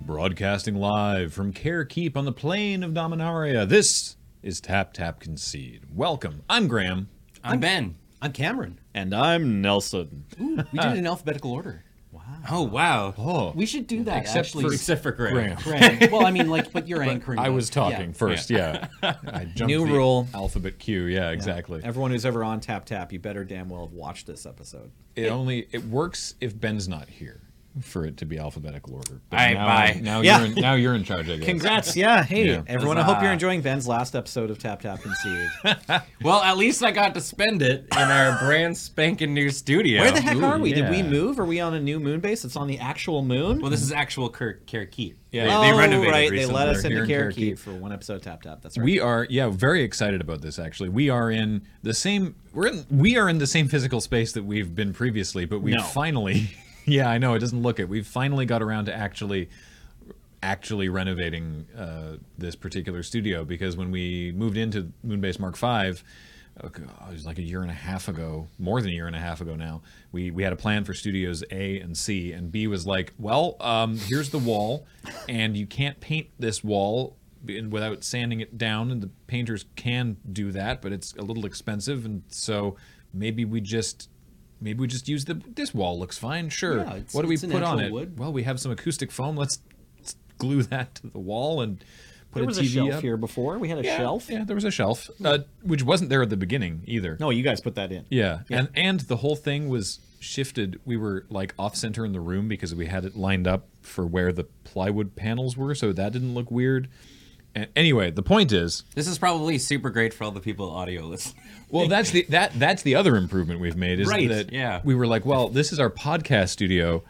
Broadcasting live from Care Keep on the plain of Dominaria, this is Tap Tap Concede. Welcome. I'm Graham. I'm Ben. I'm Cameron. And I'm Nelson. We did it in alphabetical order. Wow. Oh wow. Oh, We should do that Except actually. for- Except for Graham. Graham. Right. Well, I mean, like, but you're anchoring. I us. was talking Yeah. first, yeah. I jumped New the rule. Alphabet Q, yeah, exactly. Everyone who's ever on Tap Tap, you better damn well have watched this episode. It only it works if Ben's not here for it to be alphabetical order. But All right, now, bye. Now Yeah. you're in, now you're in charge, I guess. Congrats. Yeah. Hey, Yeah. everyone. I hope Huzzah. you're enjoying Ben's last episode of Tap Tap Conceived. Well, at least I got to spend it in our brand spanking new studio. Where the heck Ooh, are we? Did we yeah. move? Are we on a new moon base? It's on the actual moon? Well, this is actual Kirk Keep. Yeah. They, oh, they renovated right. recently. They let us They're into here in Karakeet Karakeet. for one episode of Tap Tap. That's right. We are, yeah, very excited about this. Actually, we are in the same. We're in. We are in the same physical space that we've been previously, but we No. finally. Yeah, I know it doesn't look it. We've finally got around to actually, actually renovating uh, this particular studio because when we moved into Moonbase Mark V, oh God, it was like a year and a half ago, more than a year and a half ago now. We we had a plan for studios A and C, and B was like, well, um, here's the wall, and you can't paint this wall and without sanding it down and the painters can do that but it's a little expensive and so maybe we just maybe we just use the this wall looks fine sure Yeah, it's- what do we it's a put on natural it wood. well we have some acoustic foam let's, let's glue that to the wall and put there was a a TV shelf up here before. We had a yeah, shelf. yeah there was a shelf uh, which wasn't there at the beginning either No, you guys put that in. yeah. and and the whole thing was shifted. We were like off center in the room because we had it lined up for where the plywood panels were, so that didn't look weird. And anyway, the point is, This is probably super great for all the people audio listening. well, that's the that that's the other improvement we've made is Right, that yeah. we were like, well, this is our podcast studio.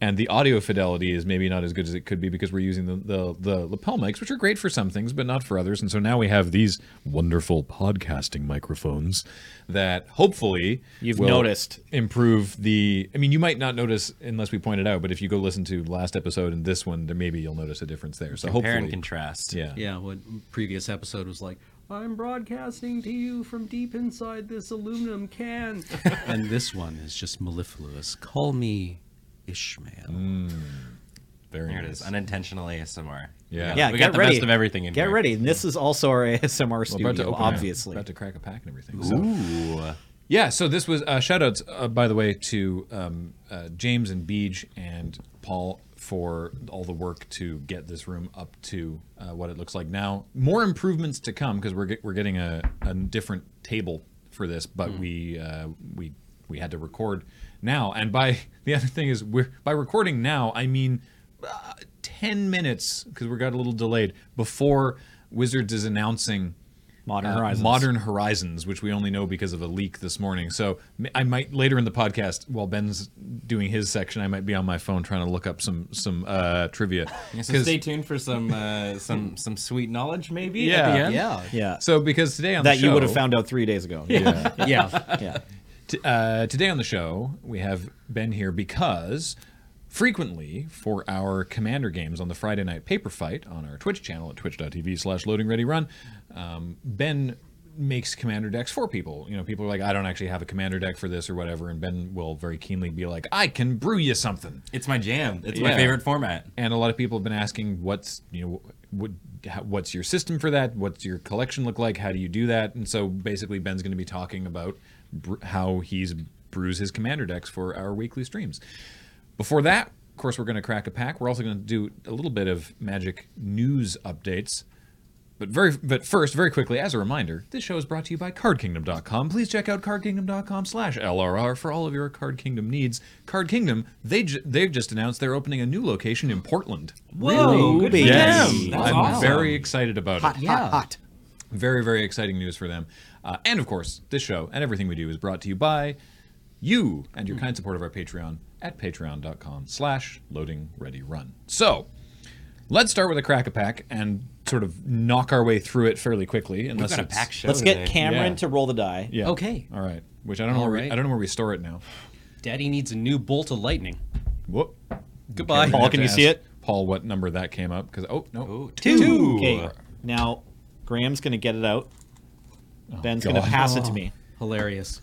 And the audio fidelity is maybe not as good as it could be because we're using the, the the lapel mics, which are great for some things, but not for others. And so now we have these wonderful podcasting microphones that hopefully You've will noticed. improve the. I mean, you might not notice unless we point it out, but if you go listen to last episode and this one, there maybe you'll notice a difference there. So Compare and hopefully, contrast. yeah, Yeah, what previous episode was like, I'm broadcasting to you from deep inside this aluminum can. and this one is just mellifluous. Call me Ishmael. Mm. very There it nice. is. Unintentional ASMR. Yeah. Yeah, We get got the ready. best of everything in Get here. ready. And this is also our ASMR We're about to studio, open it, obviously. about to crack a pack and everything. So. Ooh. Yeah, so this was uh, shout outs, uh, by the way, to um, uh, James and Beej and Paul for all the work to get this room up to uh, what it looks like now. More improvements to come because we're, get, we're getting a, a different table for this, but Hmm. we, uh, we, we had to record now. And by the other thing is, we're, by recording now, I mean 10 minutes because we got a little delayed before Wizards is announcing Modern uh, Horizons. Modern Horizons, which we only know because of a leak this morning. So m- I might later in the podcast, while Ben's doing his section, I might be on my phone trying to look up some some uh, trivia. Yeah, so 'Cause- stay tuned for some uh, some some sweet knowledge maybe. At Yeah. the end. Yeah. Yeah. so because today on that the show, you would have found out three days ago. Yeah. Yeah. yeah. T- uh, today on the show, we have Ben here because frequently for our Commander games on the Friday night paper fight on our Twitch channel at twitch.tv slash loading ready run, um, Ben makes commander decks for people. You know, people are like, I don't actually have a commander deck for this or whatever. And Ben will very keenly be like, I can brew you something It's my jam. It's my Yeah. favorite format. and a lot of people have been asking what's you know what, how- what's your system for that what's your collection look like how do you do that and so basically ben's going to be talking about br- how he's brews his commander decks for our weekly streams before that of course we're going to crack a pack we're also going to do a little bit of magic news updates but very but first, very quickly, as a reminder, this show is brought to you by cardkingdom.com. Please check out cardkingdom.com slash LRR for all of your Card Kingdom needs. Card Kingdom, they ju- they've just announced they're opening a new location in Portland. Whoa, good for Yes. them. That's I'm awesome. very excited about Hot, it. hot, hot. Very, very exciting news for them. Uh, and of course, this show and everything we do is brought to you by you and your kind support of our Patreon at patreon.com slash loading ready run. So let's start with a crack a pack and sort of knock our way through it fairly quickly. Unless got a it's- pack show Let's today. get Cameron Yeah. to roll the die. Yeah. Okay. All right. Which I don't know. All where we- right. I don't know where we store it now. Daddy needs a new bolt of lightning. Whoop. Goodbye. We're gonna Paul, have can to you see ask it? Paul, what number that came up? Because oh no. Ooh, Two. two. Okay. Now, Graham's going to get it out. Ben's going to God. pass it to me. Hilarious.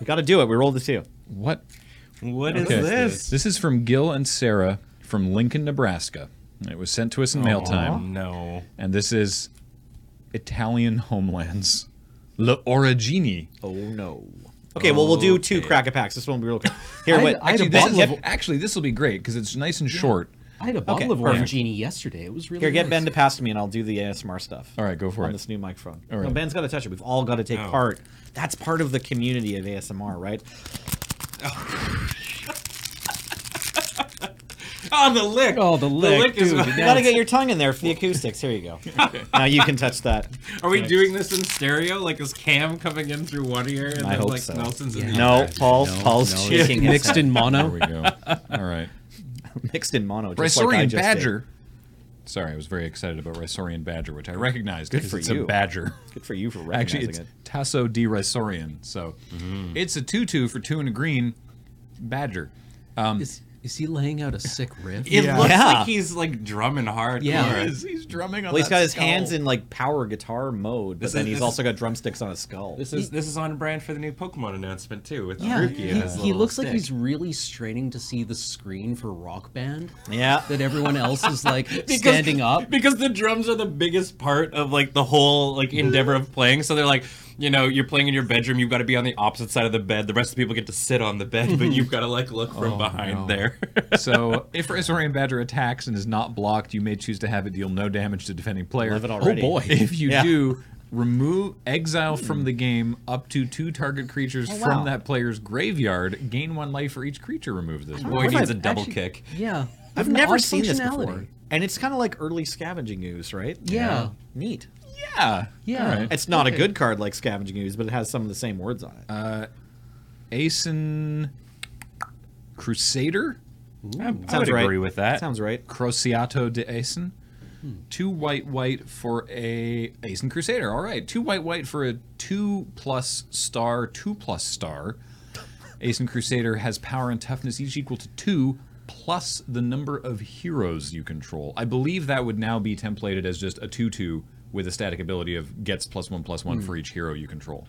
We got to do it. We rolled the two. What What is Okay. this? This is from Gil and Sarah from Lincoln, Nebraska. It was sent to us in mail time. No. and this is Italian homelands. Le origini. Oh no. Okay, well we'll do two Okay. cracker packs. This one will be real quick. Here, wait. I had a Actually, this bottle is- of- actually, this will be great because it's nice and short. I had a bottle of perfect. Orange Genie yesterday. It was really Here, get nice. Ben to pass to me, and I'll do the ASMR stuff. All right, go for on it. this new microphone. All No, right. Ben's got to touch it. We've all got to take Oh. part. That's part of the community of ASMR, right? Oh, the lick. Oh, the lick, is. dude. You got to get your tongue in there for the acoustics. Here you go. Now you can touch that. Are we doing this in stereo? Like, is Cam coming in through one ear and I then hope like so. Nelson's in the No. other? Paul's- Paul's it's shaking his mixed in There mono. we go. All right. Mixed in mono. Just like I Rysorian just badger. Sorry, I was very excited about Rysorian badger, which I recognized because for it's you. a badger. Did. Good for you for recognizing Actually, it's it. Mm-hmm. Tasso di Rysorian. So it's a 2 2 for two and a green badger. Is, is he laying out a sick riff? It Yeah. looks Yeah. like he's like drumming hard. Yeah. for it. He's, he's drumming on Well, he's that got his skull. hands in like power guitar mode, but This then is- he's this also got drumsticks on his skull. This is this is on brand for the new Pokemon announcement too with Yeah, Ruki he, and his he little looks like stick. he's really straining to see the screen for Rock Band. yeah. That everyone else is like standing up. because the drums are the biggest part of like the whole like endeavor of playing. So they're like, you know, you're playing in your bedroom, you've got to be on the opposite side of the bed. The rest of the people get to sit on the bed, but you've got to like look from Oh, behind no. there. So if Rysorian badger attacks and is not blocked, you may choose to have it deal no damage to defending player. Oh, Love it already. boy. If you Yeah. do, remove exile from the game up to two target creatures Oh, wow. from that player's graveyard. Gain one life for each creature removed this way. Boy What needs a if double Actually, kick. Yeah. I've An never odd seen this functionality. before. And it's kind of like early scavenging ooze, right? Yeah. Neat. Yeah. Yeah. All right. It's not a good card like scavenging ooze, but it has some of the same words on it. Asen Crusader? I would right. agree with that. Sounds right. Crociato de Asen. Hmm. Two white white for a Asen Crusader. All right. Two white white for a two plus star, two plus star. Asen Crusader has power and toughness each equal to two plus the number of heroes you control. I believe that would now be templated as just a two two with a static ability of gets plus one plus Hmm. one for each hero you control.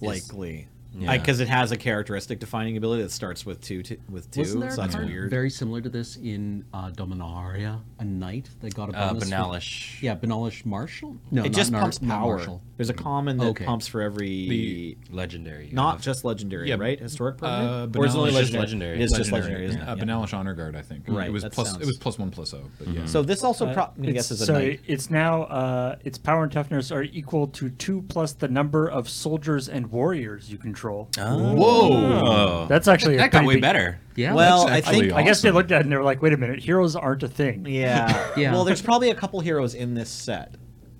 likely because it has a characteristic defining ability that starts with two, t- with 2 Wasn't there so a that's card weird very similar to this in uh, Dominaria, a knight that got a Uh, bonus? for- Uh, Banalish. yeah, Banalish Marshall? No, it not just Nar- pumps not power Marshall. there's a common that Okay. pumps for every The- Legendary. not just legendary Yeah, right historic Uh, permanent or is it Banalish only is legendary? legendary. it is just Legendary, legendary isn't yeah. it Uh, Yeah. Banalish Honor Guard, I think. Right, It was that plus. sounds- Hmm. It was plus one plus oh. But yeah. so this also pro- I It's- guess is a so knight. it's now uh, its power and toughness are equal to two plus the number of soldiers and warriors you control. Oh. Whoa. That's actually a Oh. That got pretty way big- better. Yeah. well that's I actually think awesome. I guess they looked at it and they were like, "Wait a minute, heroes aren't a thing." yeah Yeah. well there's probably a couple heroes in this set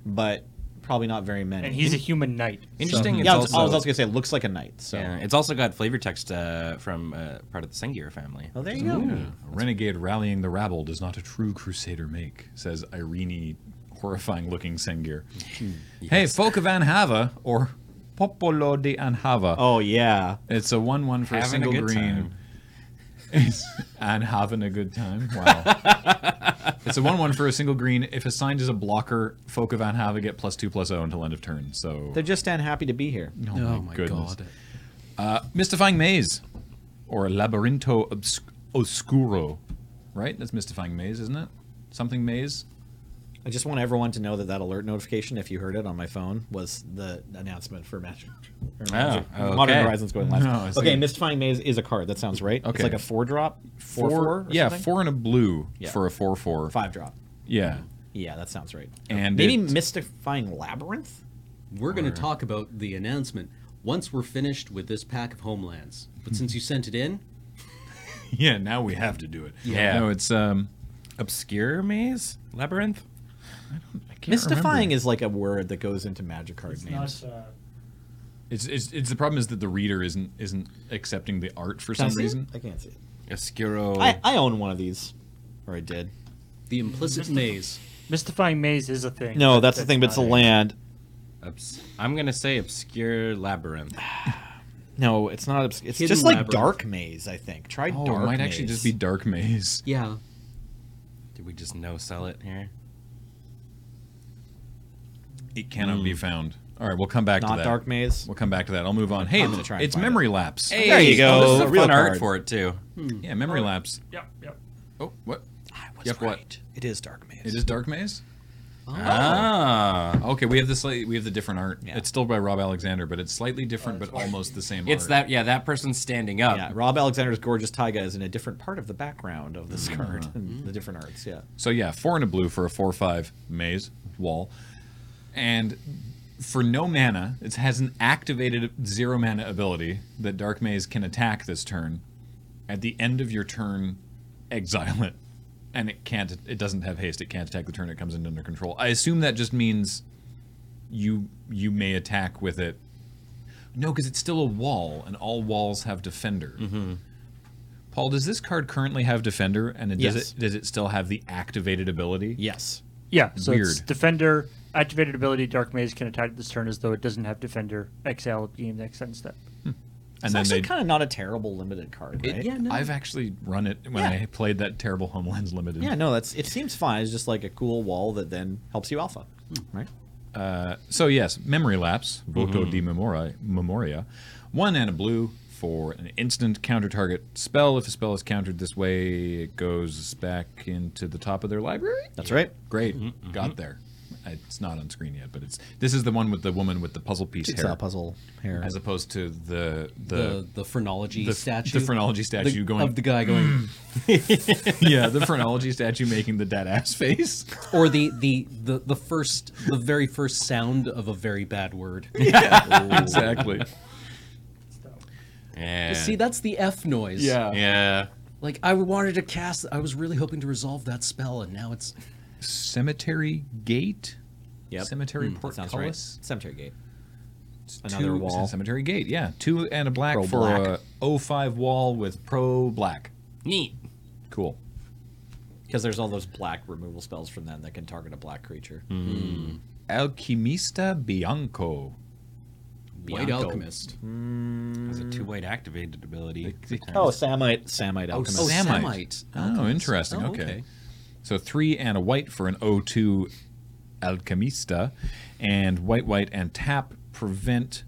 but probably not very many And he's a human knight. Interesting. yeah, I was, I was also gonna say it looks like a knight. So, Yeah, it's also got flavor text uh, from uh, part of the Sengier family. oh, there you go. A renegade rallying the rabble does not a true crusader make, says Irene, horrifying looking Sengir. Hey, Folk of Anhava, or Popolo de Anhava. Oh yeah, It's a 1 1 for a Having a single good green. and having a good time. Wow. it's a 1 1 for a single green. If assigned as a blocker, Folk of Anhava get plus 2 plus 0 until end of turn. So, they're just unhappy to be here. oh, Oh my goodness. god. Mystifying Maze, or Labyrinto Obs- Oscuro, right? That's Mystifying Maze, isn't it? Something Maze. I just want everyone to know that that alert notification, if you heard it on my phone, was the announcement for Magic. or Magic- okay. Modern Horizons going last. Oh, No, I see. okay, Mystifying Maze is a card. That sounds right. It's Okay. like a four drop, four, four, or yeah, something? four and a blue Yeah. for a four four. five drop. Yeah, Yeah, that sounds right. and Maybe it- Mystifying Labyrinth. We're going to talk about the announcement once we're finished with this pack of homelands. But since you sent it in, yeah. Now we have to do it. Yeah. No, it's um. Obscure maze? Labyrinth? I can't Mystifying remember. is like a word that goes into Magic card names. It's, it's it's the problem is that the reader isn't isn't accepting the art for Can I some see it? reason. I can't see it. Oh. Obscuro. I, I own one of these, or I did. the implicit maze. Mystifying maze is a thing. No, but that's the thing. But it's a not land. Obs- I'm going to say obscure labyrinth. No, it's not. Obs- it's Hidden just like Labyrinth. Dark Maze. I think. Try Oh, Dark it might Maze. actually just be Dark Maze. Yeah. Did we just no sell it here? It cannot be found. Hmm. All right, we'll come back to not that. Dark Maze. We'll come back to that. I'll move on. Hey, I'm gonna it's- try and it's find memory lapse. There you Oh, go, this is a real fun art card. for it, too. Yeah, memory lapse. Yep, yep. Oh, what? I was Yep, what? It is Dark Maze. Uh, It is Dark Maze. Ah, okay. We have the slightly we have the different art. Yeah. It's still by Rob Alexander, but it's slightly different, but almost the same. It's art. that yeah, that person standing up. Yeah, Rob Alexander's gorgeous taiga is in a different part of the background of Mm-hmm. this card and the different arts. Yeah, So yeah, four and a blue for a four-five maze wall, and for no mana, it has an activated zero mana ability that Dark Maze can attack this turn. At the end of your turn, exile it, and it can't. It doesn't have haste. It can't attack the turn it comes in under control. I assume that just means you you may attack with it. No, because it's still a wall, and all walls have defender. Paul, does this card currently have defender, and does Yes. it does it still have the activated ability? yes, Yeah, so it's Weird. defender activated ability. Dark Maze can attack this turn as though it doesn't have defender. Exile at beginning of the next end step. and it's then actually they. kind of not a terrible limited card, right? it- I've actually run it when Yeah. I played that terrible Homelands Limited. yeah, no, that's it seems fine. It's just like a cool wall that then helps you alpha, Hmm. right? So yes, memory lapse, voto di memoria, memoria, one and a blue for an instant counter target spell. If a spell is countered this way, it goes back into the top of their library. That's right. Great, got there. It's not on screen yet, but it's this is the one with the woman with the puzzle piece It's hair, a puzzle hair. as opposed to the the the, the phrenology the- statue, the phrenology statue going- of the guy going, yeah the phrenology statue making the dead ass face. or the, the the the first the very first sound of a very bad word. exactly. Yeah. See, that's the F noise. uh, Yeah. Like I wanted to cast. I was really hoping to resolve that spell, and now it's Cemetery Gate. Yep. Cemetery Sounds Portcullis. right. Cemetery Gate. Two- Another is it wall. Cemetery Gate, yeah. Two and a black Pro for black. a 05 wall with pro black. Neat. Cool. Because there's all those black removal spells from them that can target a black creature. Hmm. Alchemista Bianco. white Bianco. alchemist. It's a two white activated ability. Oh, Samite, Samite Alchemist. Oh, Samite. Oh, Alchemist. interesting. Oh, okay. okay. So three and a white for an 02 Alchemista. And white, white, and tap prevent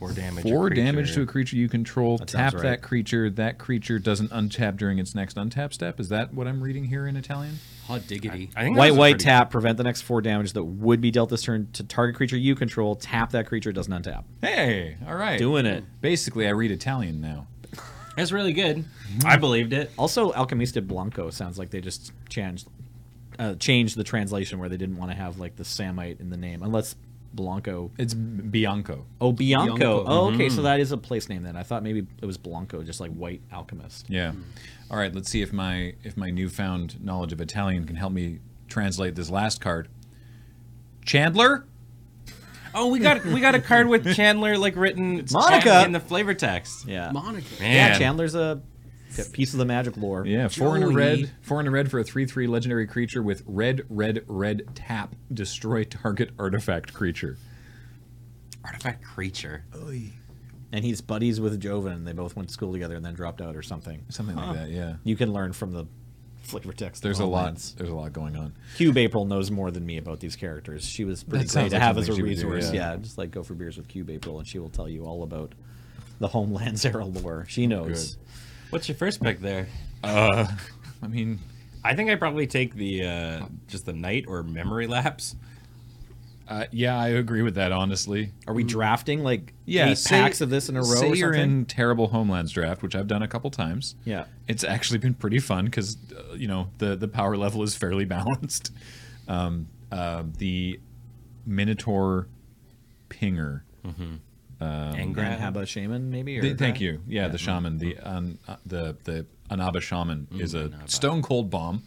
Four damage. four a damage to creature. a creature you control. sounds tap right. that creature. That creature doesn't untap during its next untap step. Is that what I'm reading here in Italian? Hot diggity. I think that White, was a white, pretty- tap, prevent the next four damage that would be dealt this turn to target creature you control. Tap that creature, does not tap. Hey, all right. Doing it. Basically, I read Italian now. That's really good. I believed it. Also, Alchemista Blanco sounds like they just changed, uh, changed the translation where they didn't want to have like the Samite in the name, unless Blanco. It's Bianco. Mm-hmm. Oh, Bianco. Bianco. Oh, okay, so that is a place name then. I thought maybe it was Blanco, just like white alchemist. Yeah. All right. Let's see if my if my newfound knowledge of Italian can help me translate this last card. Chandler. Oh, we got we got a card with Chandler like written Monica! Chandler in the flavor text. Yeah. Monica. Yeah, Man. Chandler's a a piece of the magic lore. Yeah. Four and a red. Joey. Four and a red for a three-three legendary creature with red, red, red tap. Destroy target artifact creature. Artifact creature. And he's buddies with Joven. They both went to school together and then dropped out or something. Something like that. Yeah. You can learn from the flavor text. There's a lot. lines. There's a lot going on. Cube April knows more than me about these characters. She was pretty That great sounds to like have as a something she would do, resource. yeah. yeah. just like go for beers with Cube April, and she will tell you all about the Homelands era lore. She Oh, knows. What's your first pick there? I mean, I think I probably take the uh, just the night or memory lapse. uh, yeah, I agree with that. Honestly. Are we drafting like Mm. Yeah, eight say- packs of this in a row? Say or you're something? in terrible homelands draft, which I've done a couple times. Yeah. it's actually been pretty fun because uh, you know the the power level is fairly balanced. Um, uh, the Minotaur Pinger. and Grand grab. Haba Shaman, maybe. Or The- thank you. Yeah, the shaman, the un, uh, the the Anaba shaman is a stone cold bomb.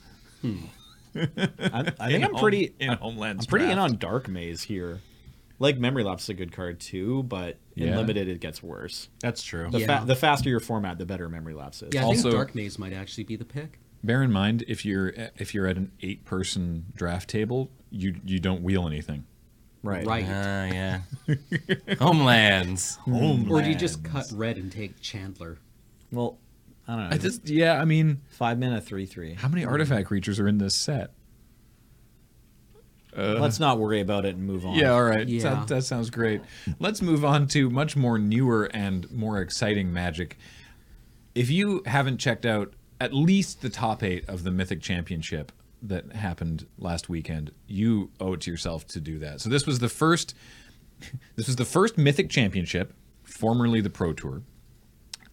I, I think in I'm home- pretty. in homelands. I'm pretty in draft. on Dark Maze here. Like Memory Lapse is a good card too, but in Yeah. limited it gets worse. That's true. The, Yeah. fa- the faster your format, the better Memory Lapse is. Yeah, I Also- think Dark Maze might actually be the pick. Bear in mind if you're if you're at an eight person draft table, you you don't wheel anything. right. Right. Ah, yeah. Homelands. Or do you just cut red and take Chandler? Well, I don't know. I just yeah, I mean, five mana three three. how many artifact creatures are in this set? Let's not worry about it and move on. Uh. Yeah, all right. Yeah. That, that sounds great. Let's move on to much more newer and more exciting magic. If you haven't checked out at least the top eight of the Mythic Championship that happened last weekend. You owe it to yourself to do that. So this was the first. This was the first Mythic Championship, formerly the Pro Tour.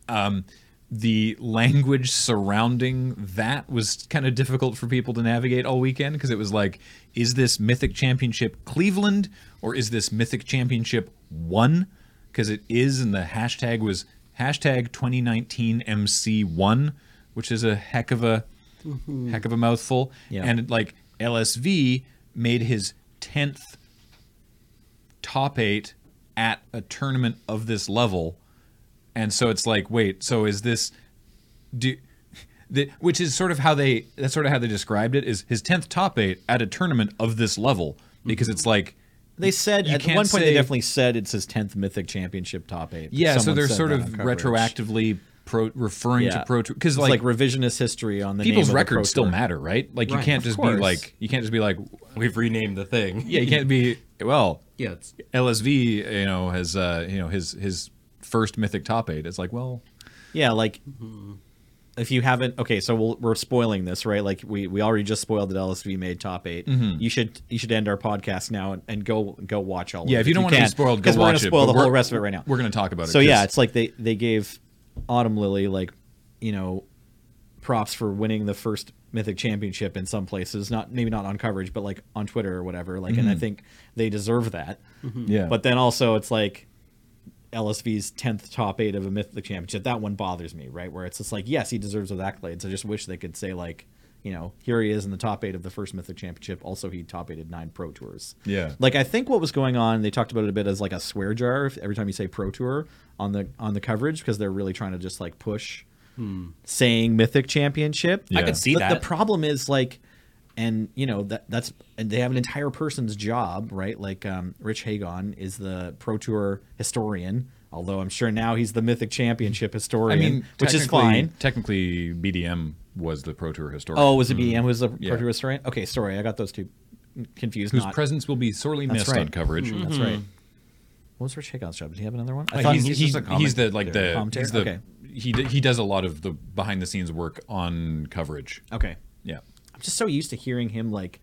Um, the language surrounding that was kind of difficult for people to navigate all weekend because it was like, is this Mythic Championship Cleveland or is this Mythic Championship one? Because it is, and the hashtag was hashtag 2019 MC1, which is a heck of a heck of a mouthful. Yeah. And like LSV made his tenth top eight at a tournament of this level, and so it's like, wait, so is this do? The, which is sort of how they that's sort of how they described it is his tenth top eight at a tournament of this level because it's like They said You at one can't point say- they definitely said it's his tenth Mythic Championship top eight. yeah so Someone they're said sort that of on coverage. retroactively pro, referring Yeah. to pro because It's like, like, revisionist history on the name of people's the Pro records still Tour. matter right like Right, you can't of just course. be like you can't just be like We've renamed the thing. yeah you can't be well Yeah, it's LSV, you know, has uh, you know his his first mythic top eight. It's like, well, Yeah, like if you haven't, okay, so we'll, we're spoiling this, right? Like we, we already just spoiled that LSV made top 8 Mm-hmm. You should you should end our podcast now and, and go go watch all. of yeah. it If you don't want to be can, spoiled, go 'cause watch we're gonna it, spoil but the whole we're- rest of it right now. We're going to talk about it. So yeah, 'cause- it's like they they gave Autumn Lily like you know props for winning the first Mythic Championship in some places, not maybe not on coverage, but like on Twitter or whatever. Like, and I Mm-hmm. think they deserve that. yeah. But then also it's like LSV's tenth top eight of a Mythic Championship. That one bothers me, right? Where it's just like, yes, he deserves those accolades. I just wish they could say like. You know, here he is in the top eight of the first Mythic Championship. Also, he top eighted nine Pro Tours. Yeah. Like I think what was going on, they talked about it a bit as like a swear jar if- every time you say Pro Tour on the on the coverage because they're really trying to just like push saying Mythic Championship. I Yeah. could see But that. The problem is like, and you know that that's and they have an entire person's job, right? Like um, Rich Hagon is the Pro Tour historian, although I'm sure now he's the Mythic Championship I historian, mean, which is technically- fine. Technically, BDM was the pro tour historian. Oh, was it BM? Was the Pro mm-hmm. Yeah. Tour historian? Okay, sorry, I got those two confused. whose not- presence will be sorely That's missed right. on coverage. That's right. What was Rich Hagon's job? Did he have another one? I Like, thought Hmm. he's, he- he's, just a he's the like the Commentator? he's the Okay. he d- he does a lot of the behind the scenes work on coverage. okay. Yeah. I'm just so used to hearing him like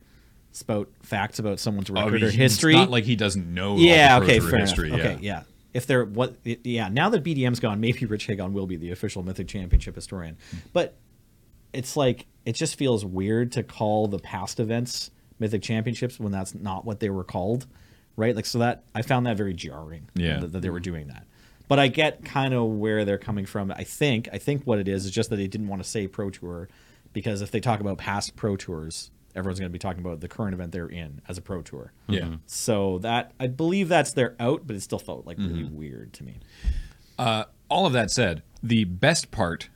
spout facts about someone's I record mean, or he- history. It's Oh, not like he doesn't know. all the yeah, Pro okay, Tour fair history. enough. Yeah. Okay, yeah. If they're what, it- yeah. Now that BDM's gone, maybe Rich Hagon will be the official Mythic Championship historian. But it's like it just feels weird to call the past events Mythic Championships when that's not what they were called, right? Like so that I found that very jarring. Yeah. that, that they were doing that. But I get kind of where they're coming from. I think I think what it is is just that they didn't want to say Pro Tour because if they talk about past Pro Tours, everyone's going to be talking about the current event they're in as a Pro Tour. Yeah. So that I believe that's their out, but it still felt like really Mm-hmm. weird to me. all of that said, the best part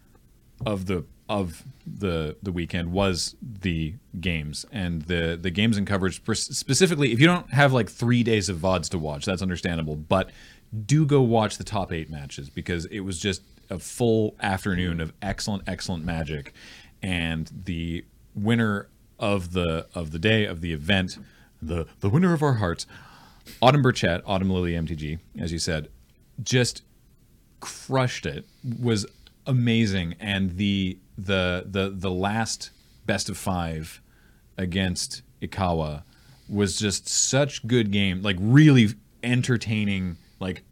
of the of the the weekend was the games and the the games and coverage pers- specifically. If you don't have like three days of vods to watch, that's understandable. But do go watch the top eight matches because it was just a full afternoon of excellent, excellent magic, and the winner of the of the day of the event, the the winner of our hearts, Autumn Burchett, Autumn Lily MTG, as you said, just crushed it was amazing and the the the the last best of 5 against Ikawa was just such good game like really entertaining like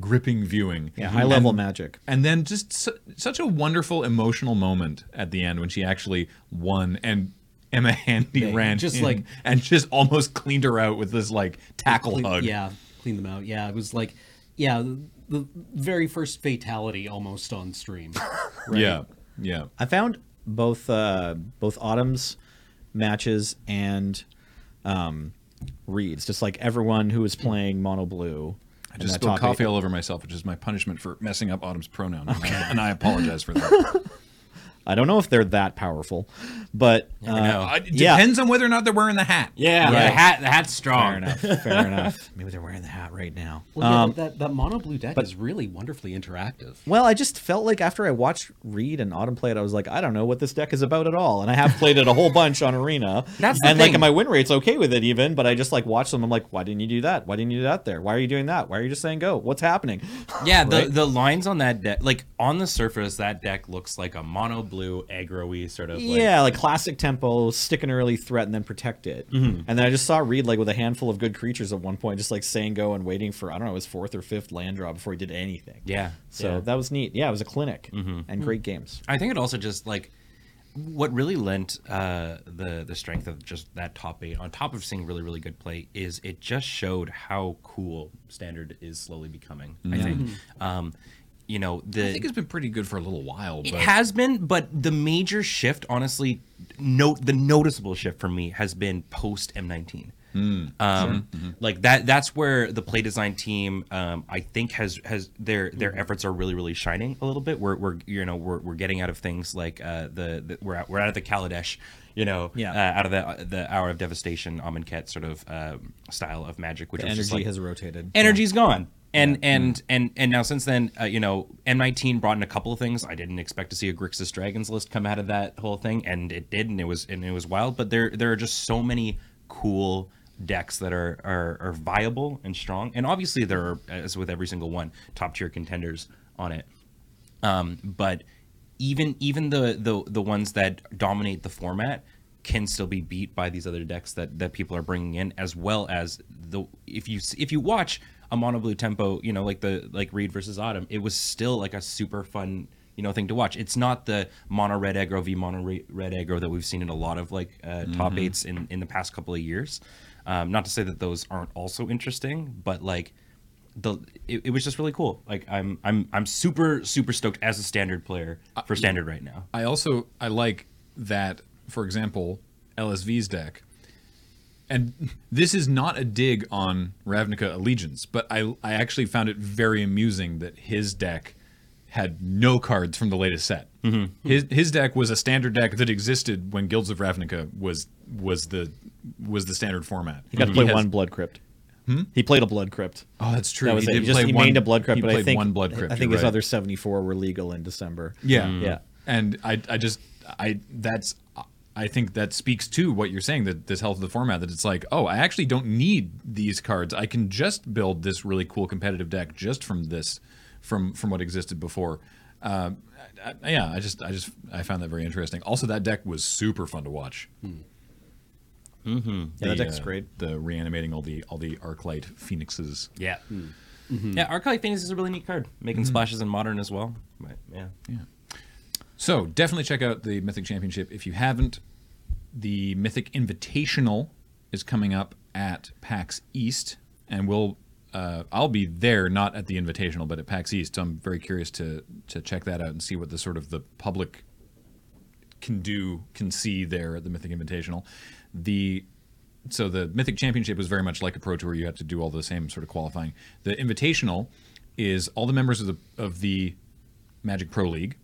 gripping viewing Yeah, high level And- magic. and then just su- such a wonderful emotional moment at the end when she actually won and Emma Handy They ran just, in like- and just almost cleaned her out with this like tackle clean, hug Yeah, clean them out. Yeah, it was like, yeah, the, the very first fatality almost on stream. yeah yeah I found both uh, both Autumn's matches and um, Reed's just like everyone who was playing mono blue. I just spilled coffee all over myself, which is my punishment for messing up Autumn's pronoun, and I- and I apologize for that. I don't know if they're that powerful, but uh, Uh, it Yeah. depends on whether or not they're wearing the hat. Yeah, the hat the hat's strong. fair enough. Fair enough. Maybe they're wearing the hat right now. Well, yeah, Um, that that mono blue deck is really wonderfully interactive. Well, I just felt like after I watched Reed and Autumn play it, I was like, I don't know what this deck is about at all. And I have played it a whole bunch on Arena. That's the and like thing. my win rate's okay with it even, but I just like watched them. I'm like, why didn't you do that? Why didn't you do that there? Why are you doing that? Why are you just saying go? What's happening? Yeah, the Right? the lines on that deck, like on the surface, that deck looks like a mono blue aggro-y sort of. Like, yeah, like classic tempo, stick an early threat and then protect it. And then I just saw Reed like with a handful of good creatures at one point, just like saying go and waiting for I don't know his fourth or fifth land draw before he did anything. Yeah. So yeah. that was neat. Yeah, it was a clinic and great games. I think it also just like what really lent uh, the the strength of just that top eight, on top of seeing really really good play, is it just showed how cool standard is slowly becoming. I Mm-hmm. think, um, you know, the I think it's been pretty good for a little while, but it has been, but the major shift, honestly, note the noticeable shift for me has been post M19. Hmm. um, Mm-hmm. Like that, that's where the play design team, um, I think, has has their their Mm-hmm. efforts are really really shining a little bit. We're, we're you know we're, we're getting out of things like uh, the, the we're out, we're out of the Kaladesh, you know, Yeah. uh, out of the the hour of devastation, Amonkhet sort of um, style of magic, which The is just energy like, has rotated. energy's gone. And and and and now since then, uh, you know, M19 brought in a couple of things. I didn't expect to see a Grixis Dragons list come out of that whole thing, and it did, and it was and it was wild. But there there are just so many cool decks that are are, are viable and strong, and obviously there are, as with every single one, top tier contenders on it. Um, but even even the, the the ones that dominate the format can still be beat by these other decks that that people are bringing in, as well as the if you s- if you watch a mono blue tempo, you know like the like Reed versus Autumn, it was still like a super fun you know thing to watch. It's not the mono red aggro v mono re- red aggro that we've seen in a lot of like uh, top eights in in the past couple of years. Um, not to say that those aren't also interesting, but like the it, it was just really cool. Like I'm I'm I'm super super stoked as a standard player for standard right now. I also I like that, for example, LSV's deck. And this is not a dig on Ravnica Allegiance, but I I actually found it very amusing that his deck had no cards from the latest set. Mm-hmm. His his deck was a standard deck that existed when Guilds of Ravnica was was the was the standard format. He got to play Mm-hmm. has- one blood crypt. He played a blood crypt. Oh, that's Hmm? true. That was he it. did He just play he one- mained a blood crypt, he but I played think one blood crypt. I think you're his right. other seventy four were legal in December. Yeah. Yeah. And I, I just, I, that's, I think that speaks to what you're saying that this health of the format that it's like, oh, I actually don't need these cards. I can just build this really cool competitive deck just from this, from from what existed before. Uh, I, I- yeah, I just, I just, I found that very interesting. Also, that deck was super fun to watch. Yeah, that The, deck's uh, great. The reanimating all the all the arc light phoenixes. Yeah. Yeah, Arcade Phoenix is a really neat card, making splashes in modern as well. But, yeah. So definitely check out the Mythic Championship if you haven't. The Mythic Invitational is coming up at PAX East, and we'll uh, I'll be there, not at the Invitational, but at PAX East. So I'm very curious to to check that out and see what the sort of the public can do can see there at the Mythic Invitational. The so the Mythic Championship is very much like a pro tour. You have to do all the same sort of qualifying. The Invitational is all the members of the of the Magic Pro League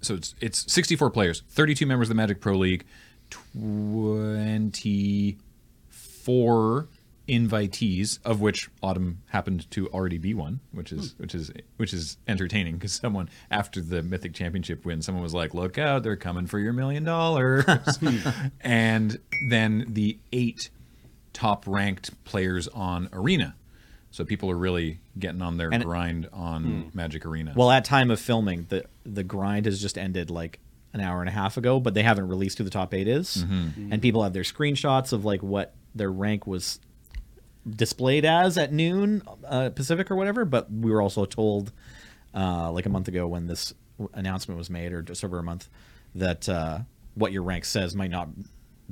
so it's it's 64 players, 32 members of the Magic Pro League, 24 invitees, of which Autumn happened to already be one, which is which is which is entertaining because someone after the Mythic Championship win, someone was like, "Look out, they're coming for your million dollars," and then the eight top ranked players on Arena. So people are really getting on their And- Hmm. grind on Magic Arena. Well, at time of filming, the the grind has just ended like an hour and a half ago, but they haven't released who the top eight is, Mm-hmm. and people have their screenshots of like what their rank was displayed as at noon uh, Pacific or whatever. But we were also told uh, like a month ago when this w- announcement was made, or just over a month, that uh, what your rank says might not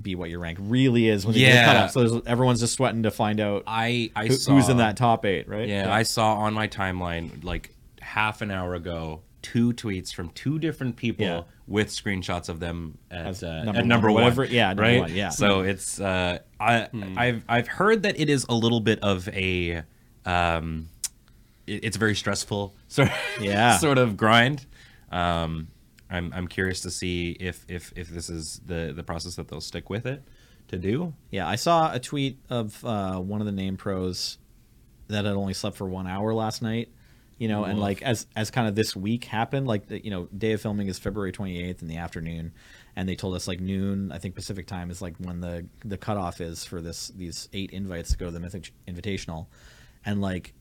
be what your rank really is when you get Yeah. cut up. So there's, everyone's just sweating to find out I I who- saw who's in that top eight, right? Yeah, I saw on my timeline like half an hour ago two tweets from two different people Yeah. with screenshots of them at, As uh, number at number one, one, whatever- yeah, number right. one, yeah. Hmm. So it's uh, I I've I've heard that it is a little bit of a um, it- it's very stressful sort Yeah. sort of grind. Um, I'm I'm curious to see if if if this is the the process that they'll stick with it to do. Yeah, I saw a tweet of uh, one of the name pros that had only slept for one hour last night. You know, and like as as kind of this week happened, like the, you know, day of filming is February twenty eighth in the afternoon, and they told us like noon, I think Pacific time is like when the the cutoff is for this these eight invites to go to the Mythic Invitational, and like,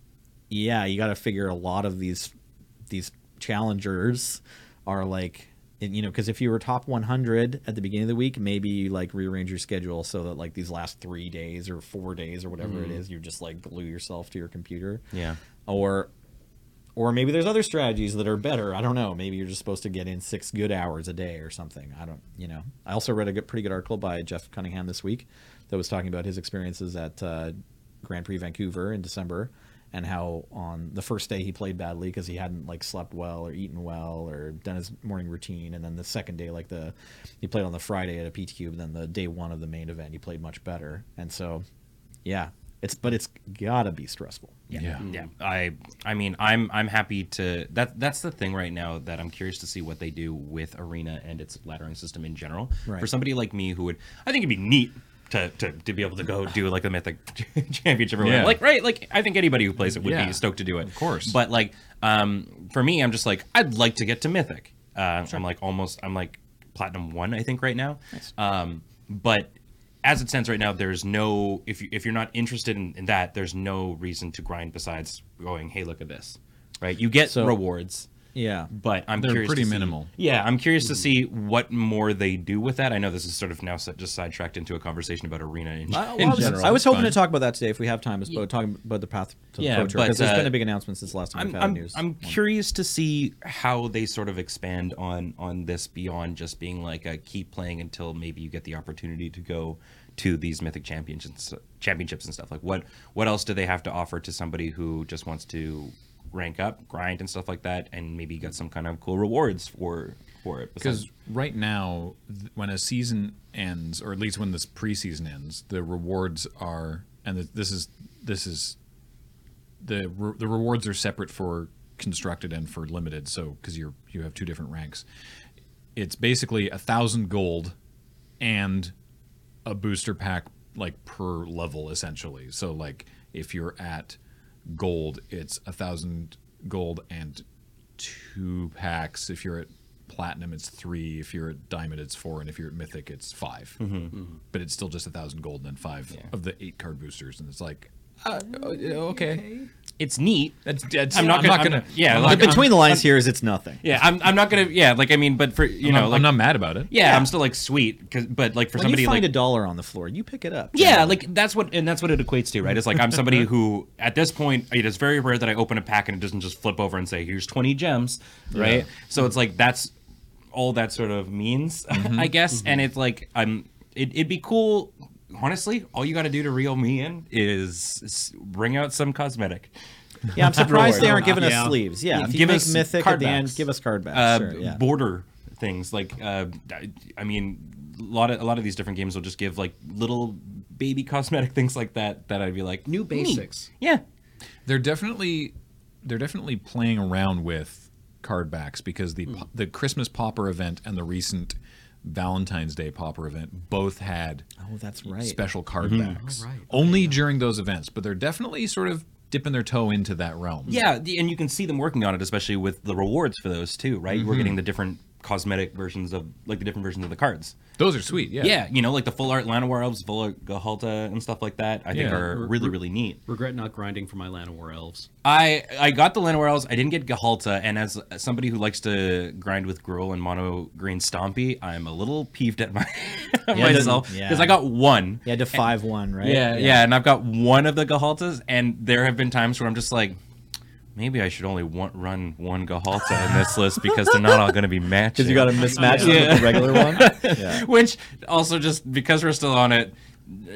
yeah, you got to figure a lot of these these challengers are like And, you know, because if you were top 100 at the beginning of the week, maybe you like rearrange your schedule so that like these last three days or four days or whatever it is, you just like glue yourself to your computer. Yeah. Or, or maybe there's other strategies that are better. I don't know. Maybe you're just supposed to get in six good hours a day or something. I don't, you know. I also read a good, pretty good article by Jeff Cunningham this week that was talking about his experiences at uh, Grand Prix Vancouver in December and how on the first day he played badly because he hadn't like slept well or eaten well or done his morning routine and then the second day like the he played on the friday at a pt cube then the day one of the main event he played much better and so yeah it's but it's gotta be stressful Yeah. Hmm. yeah i i mean i'm i'm happy to that that's the thing right now that i'm curious to see what they do with arena and its laddering system in general Right. for somebody like me who would i think it'd be neat to, to, to be able to go do like the mythic championship or whatever Yeah. like right like i think anybody who plays it would Yeah. be stoked to do it Of course. but like um for me i'm just like i'd like to get to mythic uh, i'm like almost i'm like platinum one i think right now um but as it stands right now, there's no if you if you're not interested in, in that, there's no reason to grind besides going, hey, look at this, right? You get So- rewards, yeah but I'm They're curious pretty to see- minimal. Mm-hmm. yeah, I'm curious to see what more they do with that. I know this is sort of now set, just sidetracked into a conversation about arena in, Uh, I, in I was, general. I was hoping fun. to talk about that today if we have time, is about talking about the path to Yeah, the pro tour but, because there's uh, been a big announcement since last time I'm, we've had I'm, news. I'm curious to see how they sort of expand on on this beyond just being like a keep playing until maybe you get the opportunity to go to these mythic championships championships and stuff like what what else do they have to offer to somebody who just wants to rank up grind and stuff like that and maybe get some kind of cool rewards for for it besides- Because right now, th- when a season ends, or at least when this preseason ends, the rewards are, and th- this is this is the re- the rewards are separate for constructed and for limited. So because you're you have two different ranks, it's basically a thousand gold and a booster pack like per level essentially. So like if you're at gold, it's a thousand gold and two packs. If you're at platinum, it's three. If you're at diamond, it's four, and if you're at mythic, it's 5 Mm-hmm. But it's still just a thousand gold and then five of the eight card boosters, and it's like, uh, uh, okay, it's neat that's, that's I'm not gonna- I'm not- yeah, I'm like, not but between the lines here is it's nothing. yeah I'm, I'm not gonna yeah like i mean but for you I'm know not- like I'm not mad about it. yeah, i'm still like sweet 'cause- but like for When somebody you find like a dollar on the floor, you pick it up. Yeah, like that's what and that's what it equates to, right? It's like I'm somebody who at this point it is very rare that I open a pack and it doesn't just flip over and say, "Here's 20 gems," right? So it's like that's all that sort of means, I guess. And it's like I'm it, it'd be cool honestly, all you got to do to reel me in is s- bring out some cosmetic. Yeah, I'm surprised they aren't Reward. giving Yeah. us sleeves. Yeah, Yeah, if you give make us mythic card at the end, backs. give us card backs. uh, sure, yeah. border things like uh, I- I mean a lot of a lot of these different games will just give like little baby cosmetic things like that that I'd be like New "Neat." basics. Yeah. they're definitely they're definitely playing around with card backs because the po- the Christmas popper event and the recent Valentine's Day popper event both had Oh, that's right. special card Mm-hmm. backs Oh, right. Okay, only during those events, but they're definitely sort of dipping their toe into that realm. Yeah, the- and you can see them working on it, especially with the rewards for those too, right? We're getting the different cosmetic versions of like the different versions of the cards. those are sweet. Yeah, Yeah, you know, like the full art Llanowar elves, full art Gahalta, and stuff like that. I think Yeah. are really really neat. Regret not grinding for my Llanowar elves. I I got the Llanowar elves. I didn't get Gahalta, and as somebody who likes to grind with Gruul and Mono Green Stompy, I'm a little peeved at my myself because yeah. I got one. yeah, to five one, right? Yeah, yeah, and I've got one of the Gahaltas, and there have been times where I'm just like, maybe I should only want, run one Gahalta in this list because they're not all going to be matched. Because you got a mismatch Yeah. with the regular one. Yeah. Which also just because we're still on it,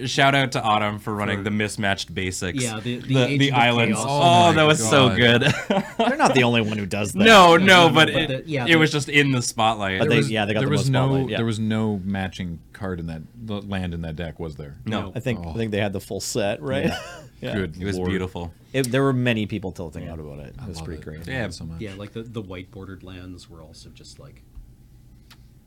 shout out to Autumn for running the mismatched basics. Yeah, the- the the, Agent of islands. Chaos. Oh, Oh that my was so God. good. They're not the only one who does that. no, no, no, but, but it, the- yeah, it the- was just in the spotlight. But There they- was- yeah, they got there the was most no spotlight, yeah. there was no matching card in that the land in that deck, was there? no, I think I think they had the full set, right? Yeah. good. it was Lord. beautiful. It- there were many people tilting out about it. It was Love pretty it. great. I love it so much. Yeah, like the, the white bordered lands were also just like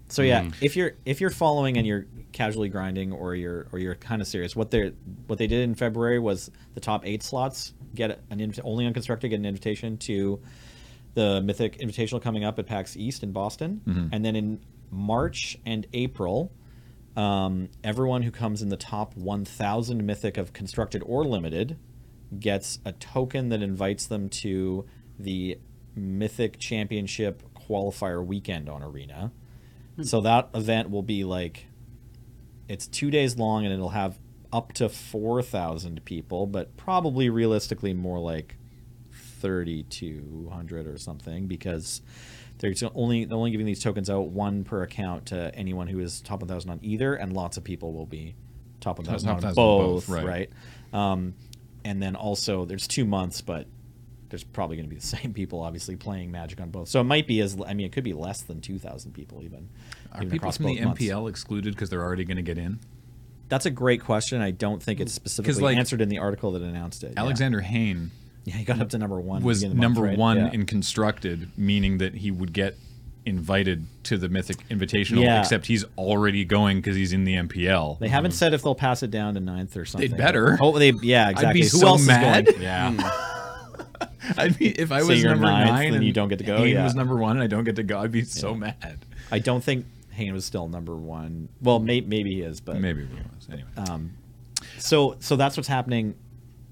So yeah, if you're if you're following and you're casually grinding or you're or you're kind of serious, what they are what they did in February was the top eight slots get an inv- only unconstructed get an invitation to the Mythic Invitational coming up at PAX East in Boston, and then in March and April, um, everyone who comes in the top 1,000 Mythic of constructed or limited gets a token that invites them to the Mythic Championship qualifier weekend on Arena. Hmm. So that event will be like it's two days long and it'll have up to 4,000 people, but probably realistically more like 3,200 or something because they're just only they're only giving these tokens out one per account to anyone who is top 1,000 on either, and lots of people will be top 1,000 Top on 1,000 both, both, right. right? Um, and then also there's two months, but there's probably going to be the same people obviously playing Magic on both. So it might be as I mean it could be less than 2,000 people even. Are even people across from the both months. MPL excluded because they're already going to get in? That's a great question. I don't think it's specifically Mm. like, answered in the article that announced it. yeah. Alexander Hain yeah, he got up to number one. at the was beginning of the number month, right? one Yeah. in constructed, meaning that he would get invited to the Mythic Invitational, Yeah. except he's already going because he's in the MPL. They haven't said if they'll pass it down to ninth or something. Mm. better. Oh, they yeah, exactly. be Who so else mad. is going? Yeah. I mean, if I So was you're number ninth, nine then and you don't get to go, Hain yeah. was number one and I don't get to go, I'd be so mad. I don't think Hain was still number one. Well, may, maybe he is, but Um, Maybe we was anyway. so so that's what's happening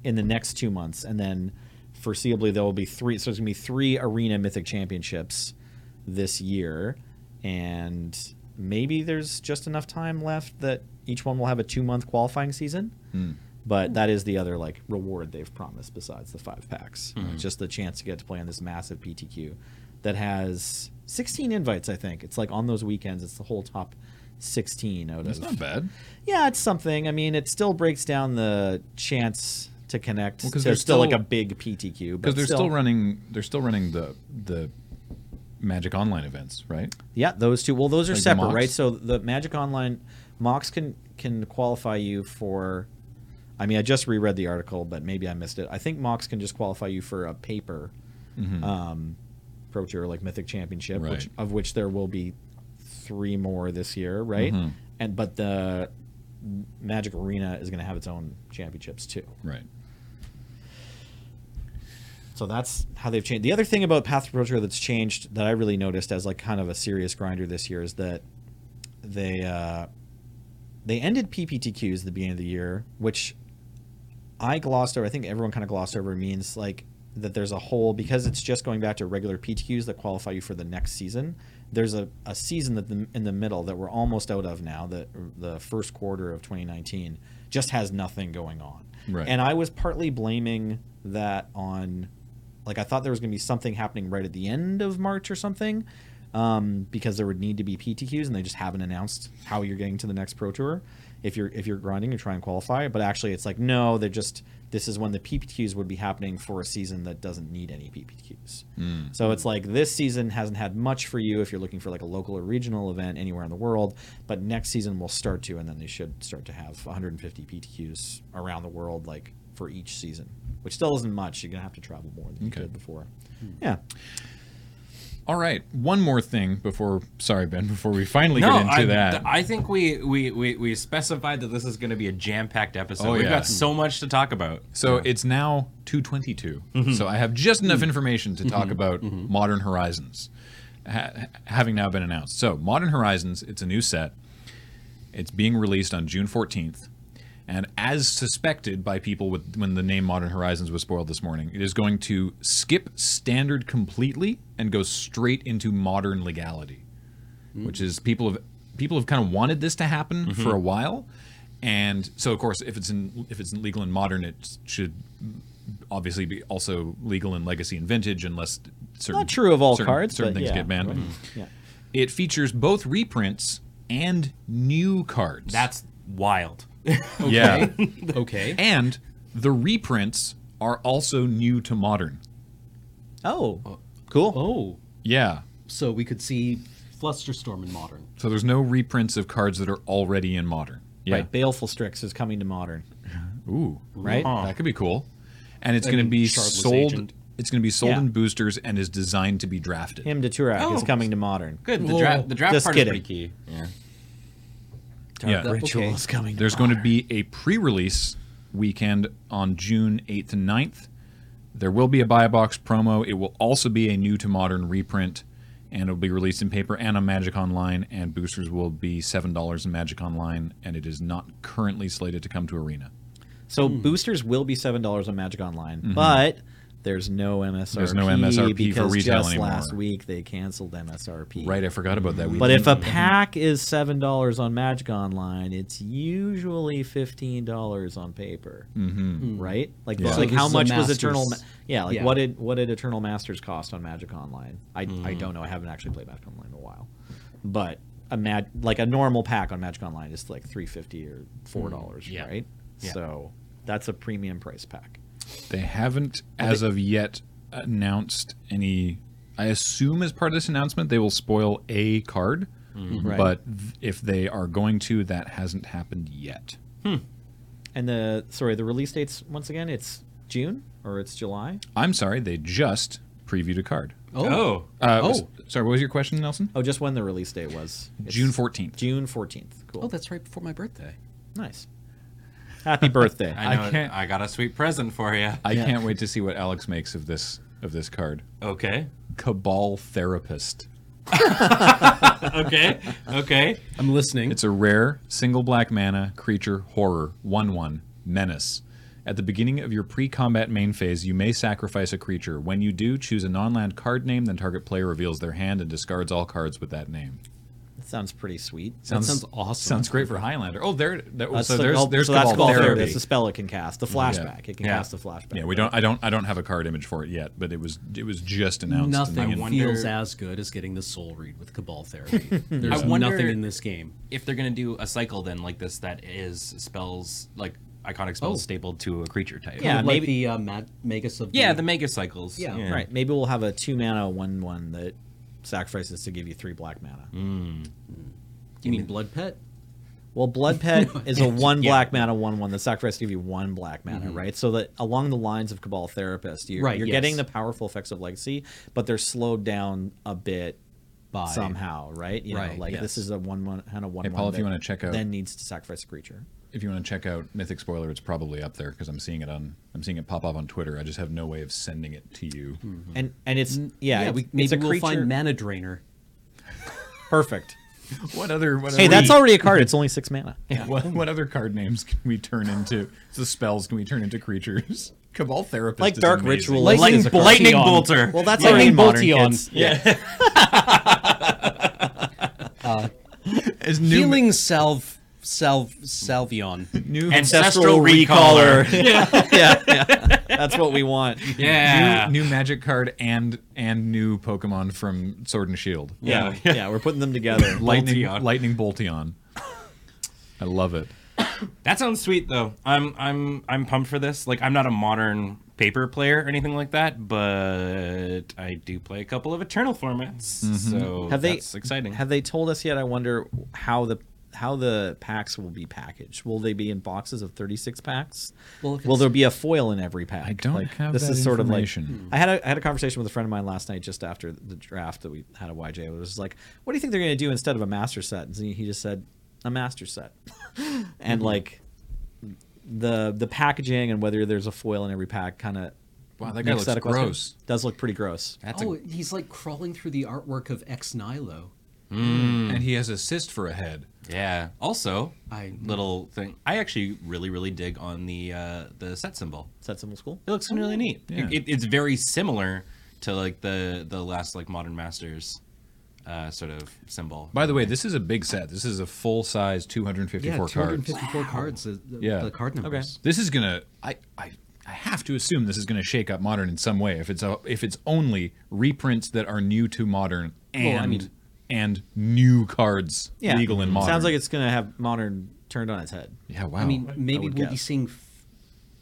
in the next two months, and then foreseeably there will be three. So there's gonna be three arena mythic championships this year, and maybe there's just enough time left that each one will have a two month qualifying season. Hmm. But that is the other like reward they've promised besides the five packs, Hmm. just the chance to get to play on this massive PTQ that has 16 invites. I think it's like on those weekends, it's the whole top 16 out That's of not bad. yeah, it's something. I mean, it still breaks down the chance to connect. 'cause Because they're there's still, like still- a big PTQ, but Because they're still, running they're still running the the Magic Online events, right? Yeah, those two. Well, those are Like the separate, Mox? right? So the Magic Online Mox can can qualify you for. I mean, I just reread the article, but maybe I missed it. I think Mox can just qualify you for a paper, um, Pro Tour like Mythic Championship, Mm-hmm. Right. which, of which there will be three more this year, right? Mm-hmm. And but the Magic Arena is going to have its own championships too. Right. So that's how they've changed. The other thing about Path to Pro Tour that's changed that I really noticed as like kind of a serious grinder this year is that they uh, they ended PPTQs at the beginning of the year, which I glossed over. I think everyone kind of glossed over means like that there's a whole because it's just going back to regular PTQs that qualify you for the next season. There's a, a season that the, in the middle that we're almost out of now that uh, the first quarter of 2019 just has nothing going on. Right. And I was partly blaming that on like I thought there was going to be something happening right at the end of March or something um, because there would need to be PTQs and they just haven't announced how you're getting to the next pro tour. If you're if you're grinding and try and qualify, but actually it's like no, they're just this is when the PPQs would be happening for a season that doesn't need any PPQs. So it's like this season hasn't had much for you if you're looking for like a local or regional event anywhere in the world, but next season will start to and then they should start to have 150 PTQs around the world like for each season, which still isn't much. You're going to have to travel more than you Okay. did before. Yeah. All right. One more thing before sorry, Ben, before we finally get into I, that. th- I think we we, we we specified that this is going to be a jam-packed episode. Oh, We've yeah. got so much to talk about. So it's now 222. So I have just enough information to talk about Modern Horizons, ha- having now been announced. So Modern Horizons, it's a new set. It's being released on June 14th. And as suspected by people with, when the name Modern Horizons was spoiled this morning, it is going to skip standard completely and go straight into modern legality Hmm. which is people have people have kind of wanted this to happen Mm-hmm. for a while, and so of course if it's in if it's legal and modern, it should obviously be also legal in legacy and vintage, unless certain Not true of all certain- cards, Certain but things yeah, get banned. right. Yeah. It features both reprints and new cards. That's wild. yeah, Okay. and the reprints are also new to modern. Oh, cool. Oh, Yeah. so we could see Flusterstorm in modern. So there's no reprints of cards that are already in modern. Yeah. Right. Baleful Strix is coming to modern. Ooh. Right? That could be cool. And it's I going to mean, be Shardless sold. Agent. It's going to be sold Yeah. in boosters and is designed to be drafted. Him to Turak is Oh. coming to modern. Good. The Whoa. draft the draft Just part kidding. is pretty key. Yeah. Yeah. Dark Ritual Okay. is coming to There's going to modern. be a pre-release weekend on June 8th and 9th. There will be a buy a box promo. It will also be a new to modern reprint, and it'll be released in paper and on Magic Online. And boosters will be seven dollars in Magic Online, and it is not currently slated to come to Arena. So boosters will be seven dollars on Magic Online, but There's no MSRP. Mm-hmm. There's no MSRP for because retail just anymore. last week they canceled MSRP. Right, I forgot about that. We But if a didn't- pack is seven dollars on Magic Online, it's usually fifteen dollars on paper, mm-hmm. right? Like, Hmm. Yeah. So like this how is a much was Masters- Eternal? Ma- yeah, like Yeah. what did what did Eternal Masters cost on Magic Online? I, I Hmm. don't know. I haven't actually played Magic Online in a while, but a mag- like a normal pack on Magic Online is like three fifty or four dollars, Hmm. Yeah. right? Yeah. So that's a premium price pack. They haven't, as of yet, announced any. I assume as part of this announcement, they will spoil a card, Right. but th- if they are going to, that hasn't happened yet. And the sorry, the release dates once again, it's June or it's July. I'm sorry, they just previewed a card. Oh. Uh, Oh. was- sorry, what was your question, Nelson? Oh, just when the release date was It's June 14th. June fourteenth. Cool. Oh, that's right before my birthday. Nice. Happy birthday. I know. I, can't- got a sweet present for you. I can't wait to see what Alex makes of this of this card. Okay. Cabal Therapist. Okay. Okay. I'm listening. It's a rare single black mana creature horror 1 1 menace. At the beginning of your pre combat main phase, you may sacrifice a creature. When you do, choose a non land card name, then target player reveals their hand and discards all cards with that name. That sounds pretty sweet. sounds awesome. Sounds great for Highlander. Oh, there. That, That's so the- there's, oh, there's so that's Cabal called Therapy. It's a spell it can cast. The flashback. It can Yeah. cast the flashback. Yeah, we don't. I don't. I don't have a card image for it yet, but it was. It was just announced. and I nothing wonder- feels as good as getting the soul read with cabal therapy. There's I wonder- nothing in this game. if they're gonna do a cycle then like this that is spells like iconic spells Oh. stapled to a creature type. Yeah, like maybe- the uh, Mag- Magus of Yeah, the mega cycles. Yeah. Right. Maybe we'll have a two mana one one that sacrifices to give you three black mana. you mean blood pet? Well, Blood Pet is a one black mana one one that sacrifices to give you one black mana, right? So that along the lines of Cabal Therapist, you're, Right, you're getting yes. the powerful effects of Legacy, but they're slowed down a bit By- somehow, right? You Right, know, like this yes. is a one one kind of one. Hey, Paul, one if you that wanna check out- then needs to sacrifice a creature. if you want to check out Mythic Spoiler, it's probably up there because I'm seeing it on. I'm seeing it pop up on Twitter. I just have no way of sending it to you. And and it's yeah, it's, we, maybe it's a we'll creature. find mana drainer. Perfect. What other? What Hey, other that's already a card. It's only six mana. What, what other card names can we turn into? The spells can we turn into creatures? Cabal therapist, Like is Dark amazing. Ritual. Lightning, is a card. lightning bolter. Well, that's Lightning like in modern Boltion. kids. yeah. Is new, Healing salve, salve, salvion. new, Ancestral recaller. yeah, yeah. That's what we want. Yeah. new new magic card and and new Pokemon from Sword and Shield. Yeah. Yeah, we're putting them together. lightning Bolteon. lightning Bolteon. I love it. That sounds sweet though. I'm I'm I'm pumped for this. Like I'm not a modern paper player or anything like that, but I do play a couple of eternal formats. Mm-hmm. So Have they- that's exciting. Have they told us yet? I wonder how the how the packs will be packaged. Will they be in boxes of 36 packs? Well, if will it's- there be a foil in every pack? I don't like, have this that is sort of like Hmm. information. I had a, I had a conversation with a friend of mine last night just after the draft that we had at YJ. It was like, what do you think they're going to do instead of a master set? And he just said a master set, and Hmm. like the the packaging and whether there's a foil in every pack kind of Wow, that guy looks gross. Does look pretty gross. That's oh, he's like crawling through the artwork of Ex Nihilo. and he has a cyst for a head. yeah. Also, I- little thing. I actually really really dig on the uh, the set symbol. Is that symbol school? It looks Oh. really neat. Yeah. It, it's very similar to like the the last like modern masters uh, sort of symbol. By the way, this is a big set. This is a full size 254 Yeah, cards. 254 cards. The, the, Yeah. the card numbers. This is gonna. I, I I have to assume this is gonna shake up modern in some way. If it's a, if it's only reprints that are new to modern and Well, I mean- and new cards legal in modern. Sounds like it's gonna have modern turned on its head. Yeah. Wow. I mean, maybe would we'll be guess. seeing. F-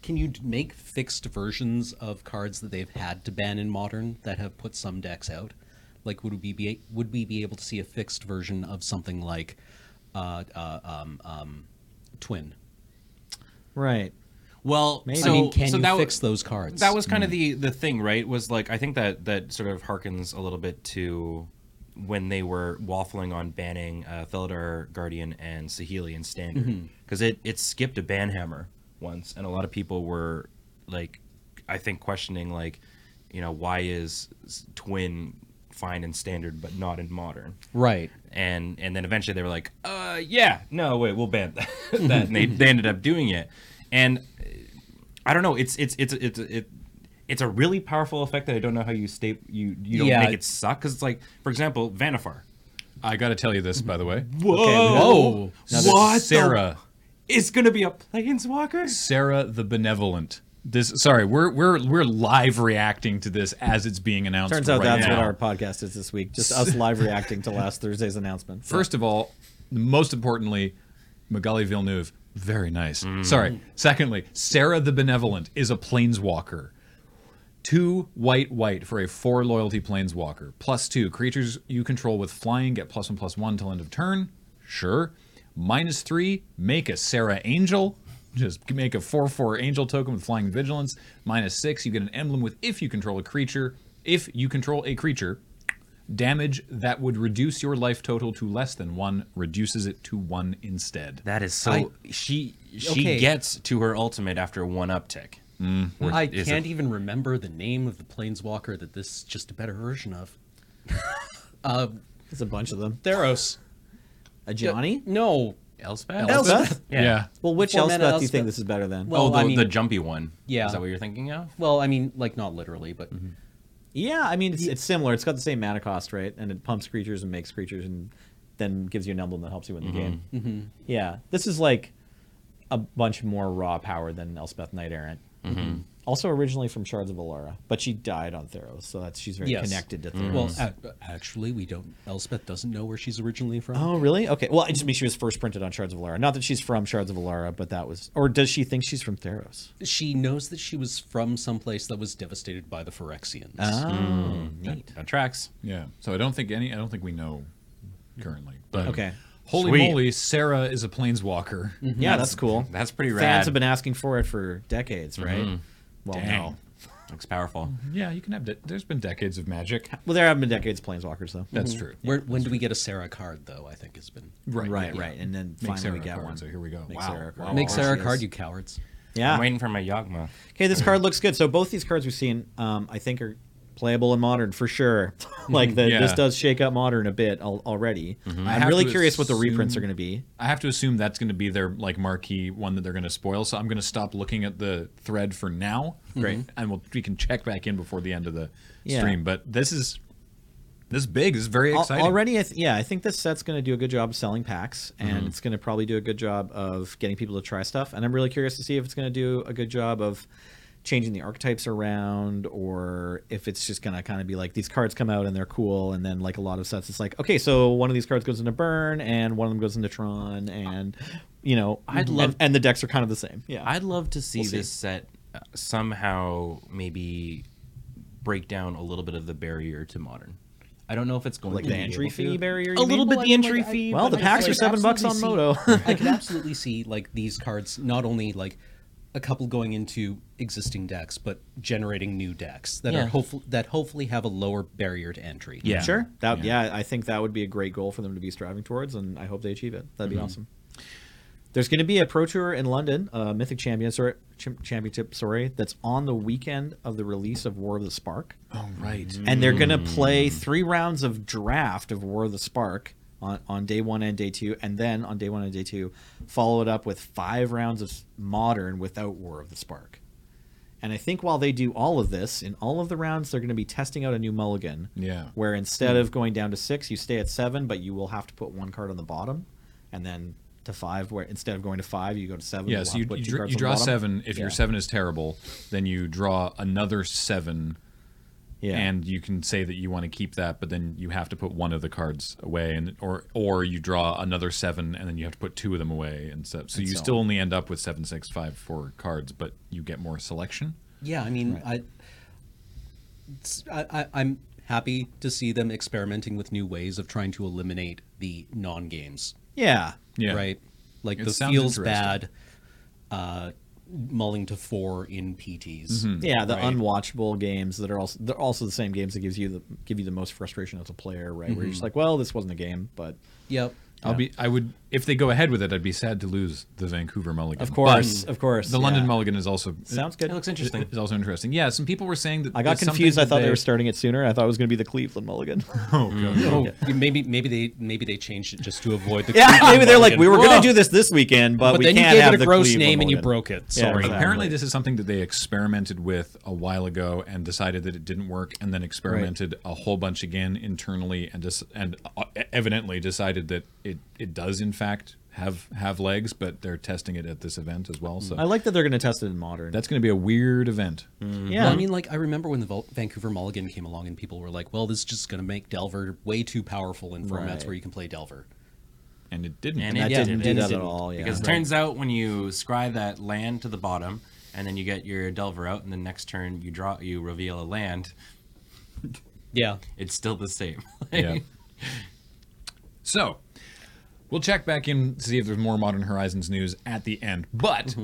can you d- make fixed versions of cards that they've had to ban in modern that have put some decks out? Like, would we be would we be able to see a fixed version of something like, uh, uh, um, um, Twin? Right. Well, Maybe. so I mean, can so you that fix was those cards? that was kind of the the thing, right? Was like I think that that sort of harkens a little bit to when they were waffling on banning uh, Felidar Guardian and Saheli and Standard because it it skipped a ban hammer once, and a lot of people were like, I think questioning like, you know, why is s- Twin fine in Standard but not in Modern? right. and and then eventually they were like, uh, yeah, no, wait, we'll ban that. that. And they, they ended up doing it, and uh, I don't know. It's it's it's it's it, it's a really powerful effect that I don't know how you state you you don't Yeah. make it suck because it's like for example Vanifar. I got to tell you this, by the way. Whoa! Oh, Whoa. Now that What the- Sarah, It's gonna be a planeswalker. Sarah the Benevolent. This sorry, we're we're we're live reacting to this as it's being announced. Turns out right that's now. what our podcast is this week. Just us live reacting to last Thursday's announcement. First of all, most importantly, Magali Villeneuve, very nice. Sorry. Secondly, Sarah the Benevolent is a planeswalker. Two white white for a four loyalty planeswalker. Plus two creatures you control with flying get plus one plus one till end of turn. Sure. Minus three, make a Sarah Angel. Just make a four four angel token with flying vigilance. Minus six, you get an emblem with if you control a creature. If you control a creature, damage that would reduce your life total to less than one reduces it to one instead. That is so. I- she she Okay. gets to her ultimate after one uptick. I is can't even remember the name of the planeswalker that this is just a better version of. It's a bunch of them. Theros. A Johnny? No. Elspeth. Elspeth? Yeah. Well, which Elspeth Formatted do you Elspeth. think this is better than? Well, oh, the, I mean- the jumpy one. Yeah. Is that what you're thinking of? Well, I mean, like not literally, but yeah, I mean, it's, it's similar. It's got the same mana cost, right? And it pumps creatures and makes creatures and then gives you an emblem that helps you win the game. Mm-hmm. Yeah. This is like a bunch more raw power than Elspeth Knight Errant. Mm-hmm. Also originally from Shards of Alara, but she died on Theros, so that's she's very Yes. connected to Mm-hmm. Theros. well, uh, a- actually, we don't. Elspeth doesn't know where she's originally from. Oh, really? Okay. Well, I just mean she was first printed on Shards of Alara. Not that she's from Shards of Alara, but that was. Or does she think she's from Theros? She knows that she was from someplace that was devastated by the Phyrexians. Ah. neat. That tracks. Yeah. So I don't think any. I don't think we know currently. But Okay. Holy Sweet. moly, Sarah is a planeswalker. Yeah, that's cool. That's pretty Fans rad. have been asking for it for decades, right? Well, Dang. no. Looks powerful. Oh, Yeah, you can have. De- there's been decades of magic. Well, there have been decades of Planeswalkers, though. That's true. Where, when do we get a Sarah card, though? I think has been. Right. right, yeah. right. And then Make finally Sarah we get a card, one. So here we go. Make wow. Sarah a Oh, card. wow. Make wow. Sarah a She card, is. you cowards. I'm Yeah. waiting for my Yagma. Okay, this card looks good. So both these cards we've seen, um, I think, are playable in Modern for sure. like, the, Yeah. Mm-hmm. this does shake up Modern a bit al- already. I I'm have really to curious what the reprints are assume- going to be. I have to assume that's going to be their like marquee one that they're going to spoil. So I'm going to stop looking at the thread for now. Great. And we'll, we can check back in before the end of the Mm-hmm. Yeah. stream. But this is this is big. This is very Al- exciting. Already, I th- yeah, I think this set's going to do a good job of selling packs, and Mm-hmm. it's going to probably do a good job of getting people to try stuff. And I'm really curious to see if it's going to do a good job of changing the archetypes around, or if it's just going to kind of be like these cards come out and they're cool, and then like a lot of sets, it's like okay, so one of these cards goes into burn, and one of them goes into Tron, and you know, I'd and- love- and the decks are kind of the same. Yeah, I'd love to see We'll see. this set uh, somehow maybe break down a little bit of the barrier to modern. I don't know if it's going like to the be entry able to. fee barrier. you A mean? little bit Well, the I mean, entry like, I- fee. Well, but the I- packs could are seven bucks on absolutely Moto. see- I could absolutely see like these cards not only like a couple going into existing decks, but generating new decks that Yeah. are hopeful that hopefully have a lower barrier to entry. Yeah. Sure. That yeah. I think that would be a great goal for them to be striving towards, and I hope they achieve it. That'd be awesome. There's going to be a pro tour in London, uh, Mythic Champion, sorry, Cham- Championship, sorry, that's on the weekend of the release of War of the Spark, Oh, right. and they're going to Hmm. play three rounds of draft of War of the Spark on, on day one and day two, and then on day one and day two, follow it up with five rounds of Modern without War of the Spark. And I think while they do all of this, in all of the rounds, they're going to be testing out a new mulligan. Yeah. Hmm. Where instead of going down to six, you stay at seven, but you will have to put one card on the bottom. And then to five, where instead of going to five, you go to seven. Yeah, you'll so have you, to put you, two dr- cards you on the draw bottom. seven. If your Yeah. seven is terrible, then you draw another seven, Yeah. and you can say that you want to keep that, but then you have to put one of the cards away, and or or you draw another seven, and then you have to put two of them away, and so, so you so still only end up with seven, six, five, four cards, but you get more selection. Yeah, I mean, I, it's- I, I, I'm happy to see them experimenting with new ways of trying to eliminate the non-games. yeah. Yeah, Right. Like It the sounds feels interesting. bad, uh, mulling to four in PTs. Mm-hmm. Yeah, the unwatchable games that are also they're also the same games that gives you the Mm-hmm. give you the most frustration as a player, right? Where you're just like, well, this wasn't a game, but Yep. I'll be. I would. if they go ahead with it, I'd be sad to lose the Vancouver Mulligan. Of course, But of course, The London yeah. Mulligan is also Sounds good. It looks interesting. Is also interesting. Yeah, some people were saying that I got it's something confused. I that thought they... were starting it sooner. I thought it was going to be the Cleveland Mulligan. Oh, maybe maybe they maybe they changed it just to avoid the. yeah, Cleveland maybe they're like, Mulligan. we were going Whoa. to do this this weekend, but, But we then you can't gave have it a the gross Cleveland name and you Mulligan. broke it. Yeah, Sorry. exactly. Apparently, this is something that they experimented with a while ago and decided that it didn't work, and then experimented a whole bunch again internally, and dis- and uh, evidently decided that it, it does in fact have have legs, but they're testing it at this event as well. So Mm. I like that they're going to test it in modern. that's going to be a weird event. yeah, Well, I mean, like I remember when the Vol- Vancouver Mulligan came along, and people were like, "Well, this is just going to make Delver way too powerful in formats Right. where you can play Delver." And it didn't. And that it yeah, didn't it do that at didn't, all. Yeah, Because it turns out when you scry that land to the bottom, and then you get your Delver out, and the next turn you draw, you reveal a land. Yeah, It's still the same. yeah. So, we'll check back in to see if there's more Modern Horizons news at the end. But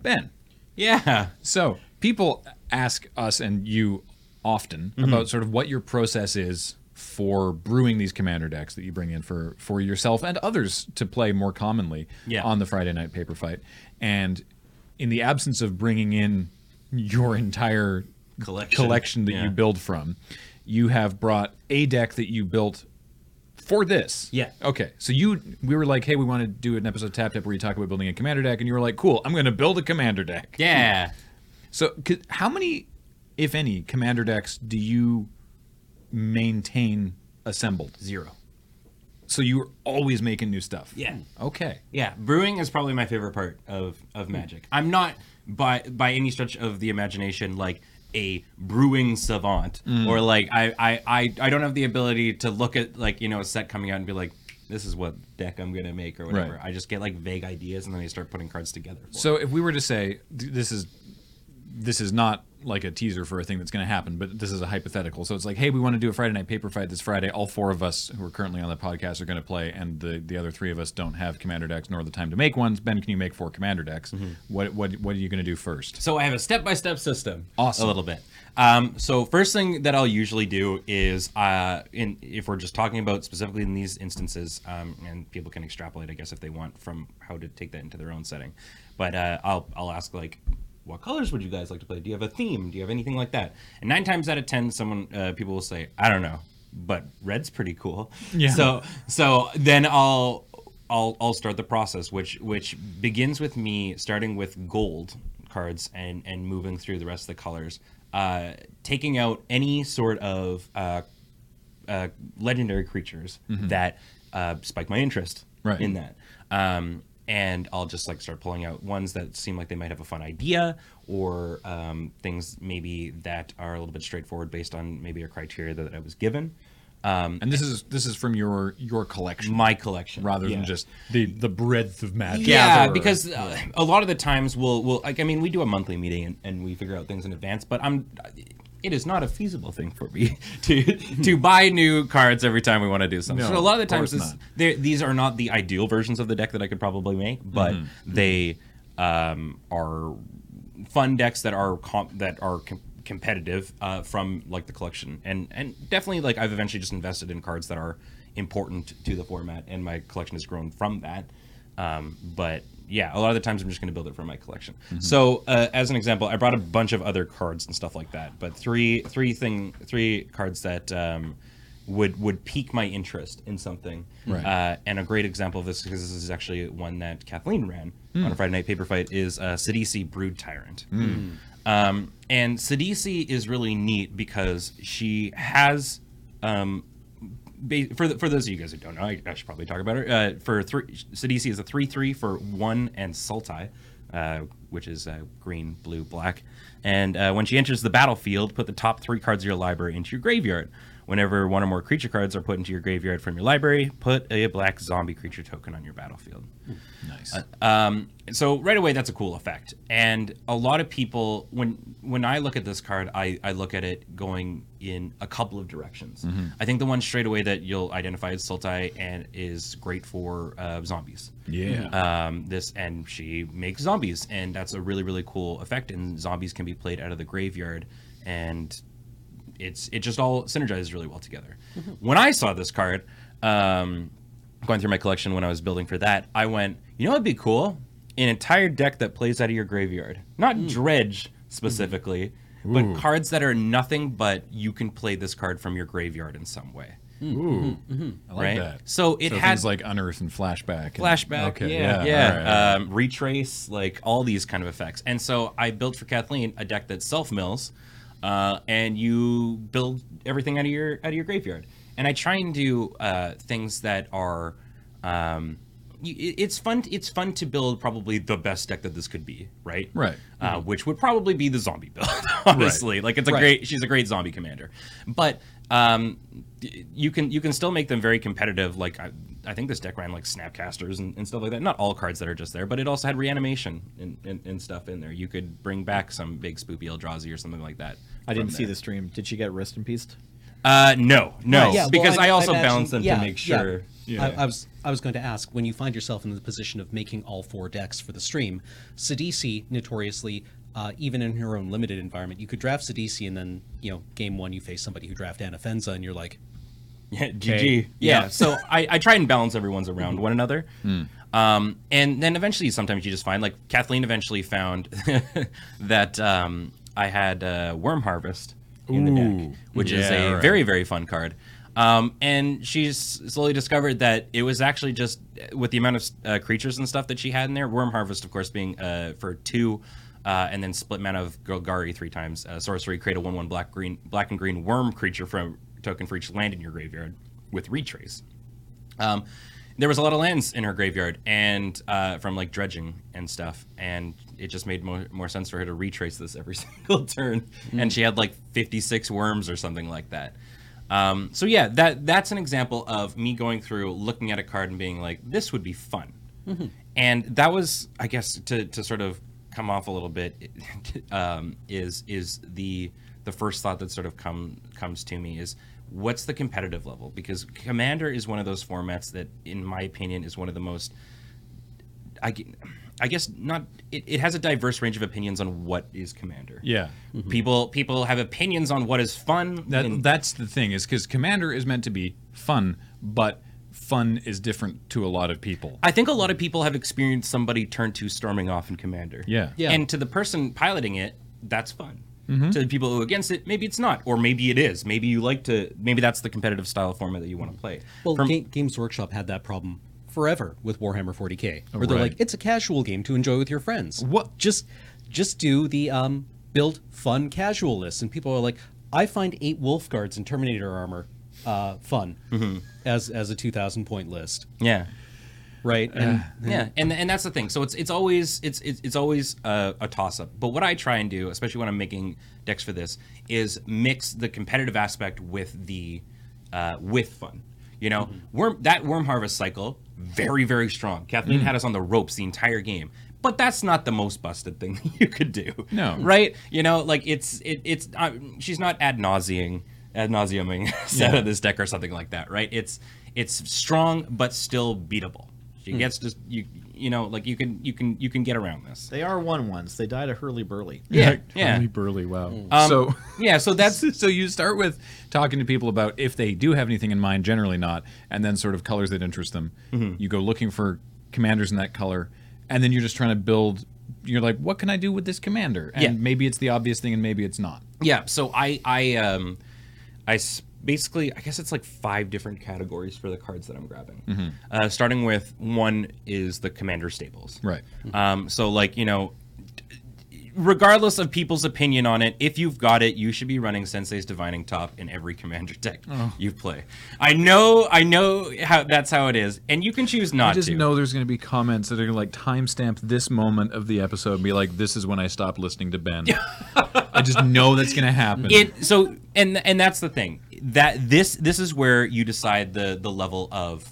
Ben, yeah. so people ask us and you often Mm-hmm. about sort of what your process is for brewing these commander decks that you bring in for for yourself and others to play more commonly Yeah. on the Friday night paper fight. And in the absence of bringing in your entire Collection. that Yeah. you build from, you have brought a deck that you built for this. Yeah. Okay. So you we were like, hey, we want to do an episode of Tap Tap where you talk about building a commander deck, and you were like, cool, I'm going to build a commander deck. Yeah. So c- how many, if any, commander decks do you maintain assembled? Zero. So you're always making new stuff. Yeah. Okay. Yeah, brewing is probably my favorite part of of magic. I'm not by by any stretch of the imagination like a brewing savant or like I, I I I don't have the ability to look at like you know a set coming out and be like this is what deck I'm gonna make or whatever. Right. I just get like vague ideas and then I start putting cards together. for it. So if we were to say th- this is this is not like a teaser for a thing that's going to happen, but this is a hypothetical. So it's like, hey, we want to do a Friday night paper fight this Friday. All four of us who are currently on the podcast are going to play, and the, the other three of us don't have commander decks nor the time to make ones. Ben, can you make four commander decks? What what what are you going to do first? So I have a step by step system. Awesome. A little bit. Um, so first thing that I'll usually do is, uh, in if we're just talking about specifically in these instances, um, and people can extrapolate, I guess, if they want from how to take that into their own setting. But uh, I'll I'll ask like, what colors would you guys like to play? Do you have a theme? Do you have anything like that? And nine times out of ten, someone uh, people will say, I don't know, but red's pretty cool. Yeah. So so then I'll I'll I'll start the process, which which begins with me starting with gold cards and and moving through the rest of the colors, uh, taking out any sort of uh, uh, legendary creatures that uh, spike my interest Mm-hmm. Right. in that. Um, and I'll just like start pulling out ones that seem like they might have a fun idea or um, things maybe that are a little bit straightforward based on maybe a criteria that I was given. And this is this is from your your collection My collection. rather than Yeah. just the the breadth of magic. yeah Gatherer. because uh, a lot of the times we'll we'll like i mean we do a monthly meeting and, and we figure out things in advance but i'm it is not a feasible thing for me to to buy new cards every time we want to do something No, so a lot of the of course times this, not. they're- these are not the ideal versions of the deck that i could probably make but Mm-hmm. they um, are fun decks that are comp- that are com- competitive uh, from like the collection and and definitely like I've eventually just invested in cards that are important to the format and my collection has grown from that. Um, but yeah, a lot of the times I'm just going to build it from my collection. Mm-hmm. So uh, as an example, I brought a bunch of other cards and stuff like that, but three three thing three cards that. Um, would would pique my interest in something. Right. Uh, and a great example of this, because this is actually one that Kathleen ran on a Friday night paper fight, is uh, Sidisi Brood Tyrant. Um, and Sidisi is really neat because she has. Um, ba- for, the, for those of you guys who don't know, I, I should probably talk about her. Uh, for three, Sidisi is a three three for one and Sultai, uh, which is uh, green, blue, black. And uh, when she enters the battlefield, put the top three cards of your library into your graveyard. Whenever one or more creature cards are put into your graveyard from your library, put a black zombie creature token on your battlefield. nice. Um, so right away, that's a cool effect. And a lot of people, when when I look at this card, I, I look at it going in a couple of directions. I think the one straight away that you'll identify as Sultai and is great for uh, zombies. yeah. Um, this and she makes zombies, and that's a really really cool effect. And zombies can be played out of the graveyard, and Mm-hmm. it's it just all synergizes really well together. When I saw this card, um, going through my collection when I was building for that, I went, you know, it'd be cool, an entire deck that plays out of your graveyard, not Mm. dredge Mm-hmm. specifically, but cards that are nothing but you can play this card from your graveyard in some way. Ooh, I like right. that. So it so had- things like unearth and flashback. and- Flashback. okay, yeah, yeah, yeah. all right. Um, retrace, like all these kind of effects. And so I built for Kathleen a deck that self mills, uh, and you build everything out of your out of your graveyard. And I try and do uh, things that are. Um, y- it- it's fun. It's fun to build probably the best deck that this could be, right? Right. Uh, Which would probably be the zombie build, honestly. Like it's a Right. great. She's a great zombie commander, but um, d- you can you can still make them very competitive. Like I, I think this deck ran like snapcasters and, and stuff like that. Not all cards that are just there, but it also had reanimation and, and, and stuff in there. You could bring back some big spoopy Eldrazi or something like that. I didn't from see there. the stream. Did she get rest in peace? Uh, no, no, Right, yeah, well, because I, also imagine- balanced them yeah, to make yeah. sure. I, I was I was going to ask when you find yourself in the position of making all four decks for the stream, Sadisi notoriously, uh, even in her own limited environment, you could draft Sadisi and then you know game one you face somebody who draft Anafenza and you're like, Yeah, GG. Yeah. so I, I try and balance everyone's around Mm-hmm. one another. Hmm. Um, and then eventually, sometimes you just find like Kathleen eventually found that um, I had uh, Worm Harvest in the deck, which is Yeah, a right. very very fun card. Um, and she's slowly discovered that it was actually just with the amount of uh, creatures and stuff that she had in there. Worm Harvest, of course, being uh, for two. Uh, and then split mana of Golgari three times. Uh, sorcery, create a one-one black green, black and green worm creature from token for each land in your graveyard with retrace. Um, there was a lot of lands in her graveyard, and uh, from like dredging and stuff, and it just made more, more sense for her to retrace this every single turn. And she had like 56 worms or something like that. Um, so yeah, that that's an example of me going through, looking at a card, and being like, "This would be fun." And that was, I guess, to, to sort of come off a little bit, um, is is the the first thought that sort of come comes to me is what's the competitive level? Because Commander is one of those formats that, in my opinion, is one of the most I, gu- I guess not. It, it has a diverse range of opinions on what is Commander. yeah. People people have opinions on what is fun. That and- that's the thing is because Commander is meant to be fun, but fun is different to a lot of people. I think a lot of people have experienced somebody turn to storming off in Commander. Yeah. Yeah. And to the person piloting it, that's fun. To the people who are against it, maybe it's not, or maybe it is. Maybe you like to. Maybe that's the competitive style format that you want to play. well, From- Ga- Games Workshop had that problem forever with Warhammer 40k, where they're right. like, it's a casual game to enjoy with your friends. What- Just just do the um, build fun casual lists, and people are like, I find eight wolf guards in Terminator armor uh, fun Mm-hmm. as as a 2,000 point list, yeah. right? Uh, And yeah and and that's the thing so it's it's always it's it's, it's always a, a toss up but what i try and do especially when i'm making decks for this is mix the competitive aspect with the uh, with fun you know worm that worm harvest cycle very very strong kathleen had us on the ropes the entire game but that's not the most busted thing you could do No. right you know like it's it, it's uh, she's not ad nauseing ad nauseuming set of this deck or something like that right it's it's strong but still beatable she gets just you you know like you can you can you can get around this They are one ones. They died a hurly burly. yeah yeah Charlie Burley, wow. Um, so yeah so that's so you start with talking to people about if they do have anything in mind, generally not, and then sort of colors that interest them. Mm-hmm. You go looking for commanders in that color, and then you're just trying to build. You're like, what can I do with this commander? And Yeah. maybe it's the obvious thing, and maybe it's not. yeah so i i um i s- basically i guess it's like five different categories for the cards that i'm grabbing uh, starting with one is the commander staples Right. um so like you know regardless of people's opinion on it, if you've got it, you should be running Sensei's Divining Top in every commander deck Oh. you play. I know, I know how that's how it is, and you can choose not I just to. know there's going to be comments that are going to like timestamp this moment of the episode and be like, this is when I stopped listening to Ben. I just know that's going to happen. it so and and that's the thing that this this is where you decide the the level of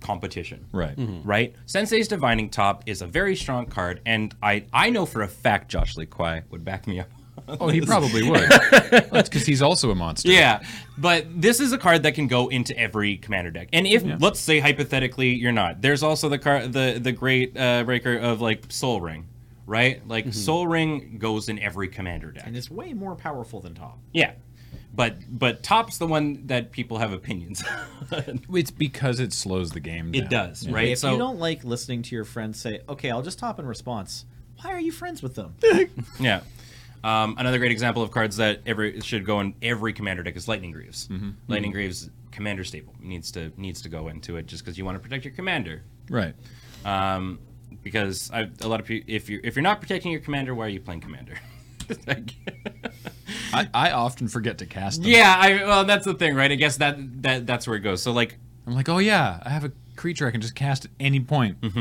competition right. right? Sensei's Divining Top is a very strong card, and I, I know for a fact Josh Lee Kwai would back me up. Oh, he probably would. That's because he's also a monster. yeah, but this is a card that can go into every commander deck. And if let's say hypothetically you're not, there's also the card the the great uh, breaker of like Soul Ring, right? Like Soul Ring goes in every commander deck. And it's way more powerful than Top. Yeah. But but top's the one that people have opinions. It's because it slows the game down. it does, right? If you don't like listening to your friends say, "Okay, I'll just top in response," why are you friends with them? Yeah. Um, another great example of cards that every should go in every commander deck is Lightning Greaves. Lightning Greaves commander staple needs to needs to go into it just because you want to protect your commander. Right. Um, because I, a lot of people, if you if you're not protecting your commander, why are you playing commander? Like- I, I often forget to cast them. yeah, I, well that's the thing, right? I guess that that that's where it goes. So like I'm like, oh yeah, I have a creature I can just cast at any point. Mm-hmm.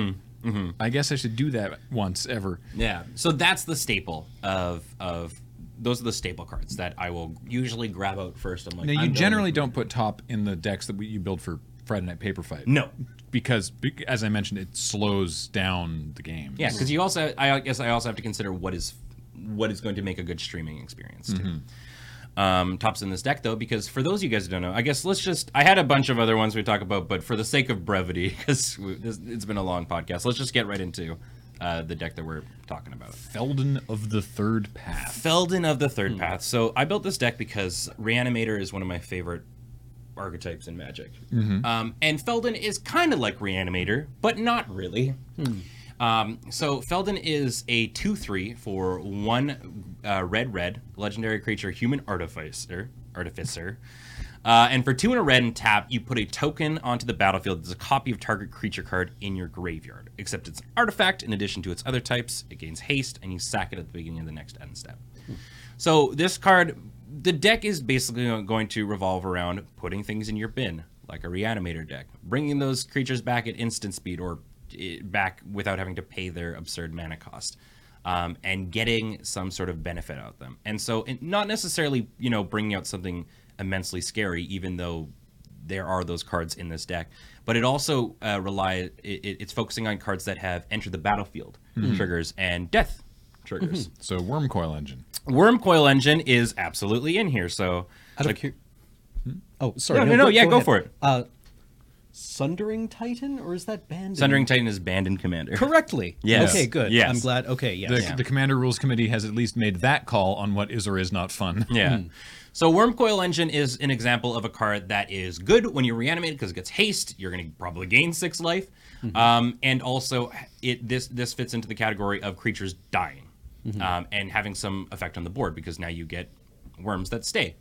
Mm-hmm. I guess I should do that once ever. Yeah. So that's the staple of of those are the staple cards that I will usually grab out first. I'm like, Now you I'm going generally to- don't put top in the decks that we, you build for Friday Night Paper Fight. No. because bec- as I mentioned, it slows down the game. Yeah, because you also I guess I also have to consider what is what is going to make a good streaming experience too. Um, tops in this deck though, because for those of you guys who don't know, I guess let's just I had a bunch of other ones we talk about, but for the sake of brevity, because it's been a long podcast, let's just get right into uh, the deck that we're talking about. Felden of the Third Path. Felden of the Third Path. So I built this deck because Reanimator is one of my favorite archetypes in Magic, um, and Felden is kind of like Reanimator, but not really. Um, so Felden is a two-three for one uh, red red legendary creature, human artificer, artificer. Uh, and for two and a red and tap, you put a token onto the battlefield that's a copy of target creature card in your graveyard. Except it's an artifact in addition to its other types. It gains haste, and you sack it at the beginning of the next end step. So this card, the deck is basically going to revolve around putting things in your bin, like a reanimator deck, bringing those creatures back at instant speed or eh, back without having to pay their absurd mana cost, um, and getting some sort of benefit out of them. And so, it, not necessarily you know bringing out something immensely scary, even though there are those cards in this deck. But it also uh, rely it, it- it's focusing on cards that have entered the battlefield triggers and death triggers. So Worm Coil Engine. Worm coil engine is absolutely in here. So Out of like, cu- Oh, sorry. No, no, no, yeah, go Um, ahead. for it. Uh, Sundering Titan, or is that banned? in- Sundering Titan is banned in Commander. Correctly. Yes. Okay, good. Yes. I'm glad. Okay, yes. The, the Commander Rules Committee has at least made that call on what is or is not fun. Yeah. So Worm Coil Engine is an example of a card that is good when you reanimate it because it gets haste. You're going to probably gain six life, um, and also it this this fits into the category of creatures dying um, and having some effect on the board because now you get worms that stay.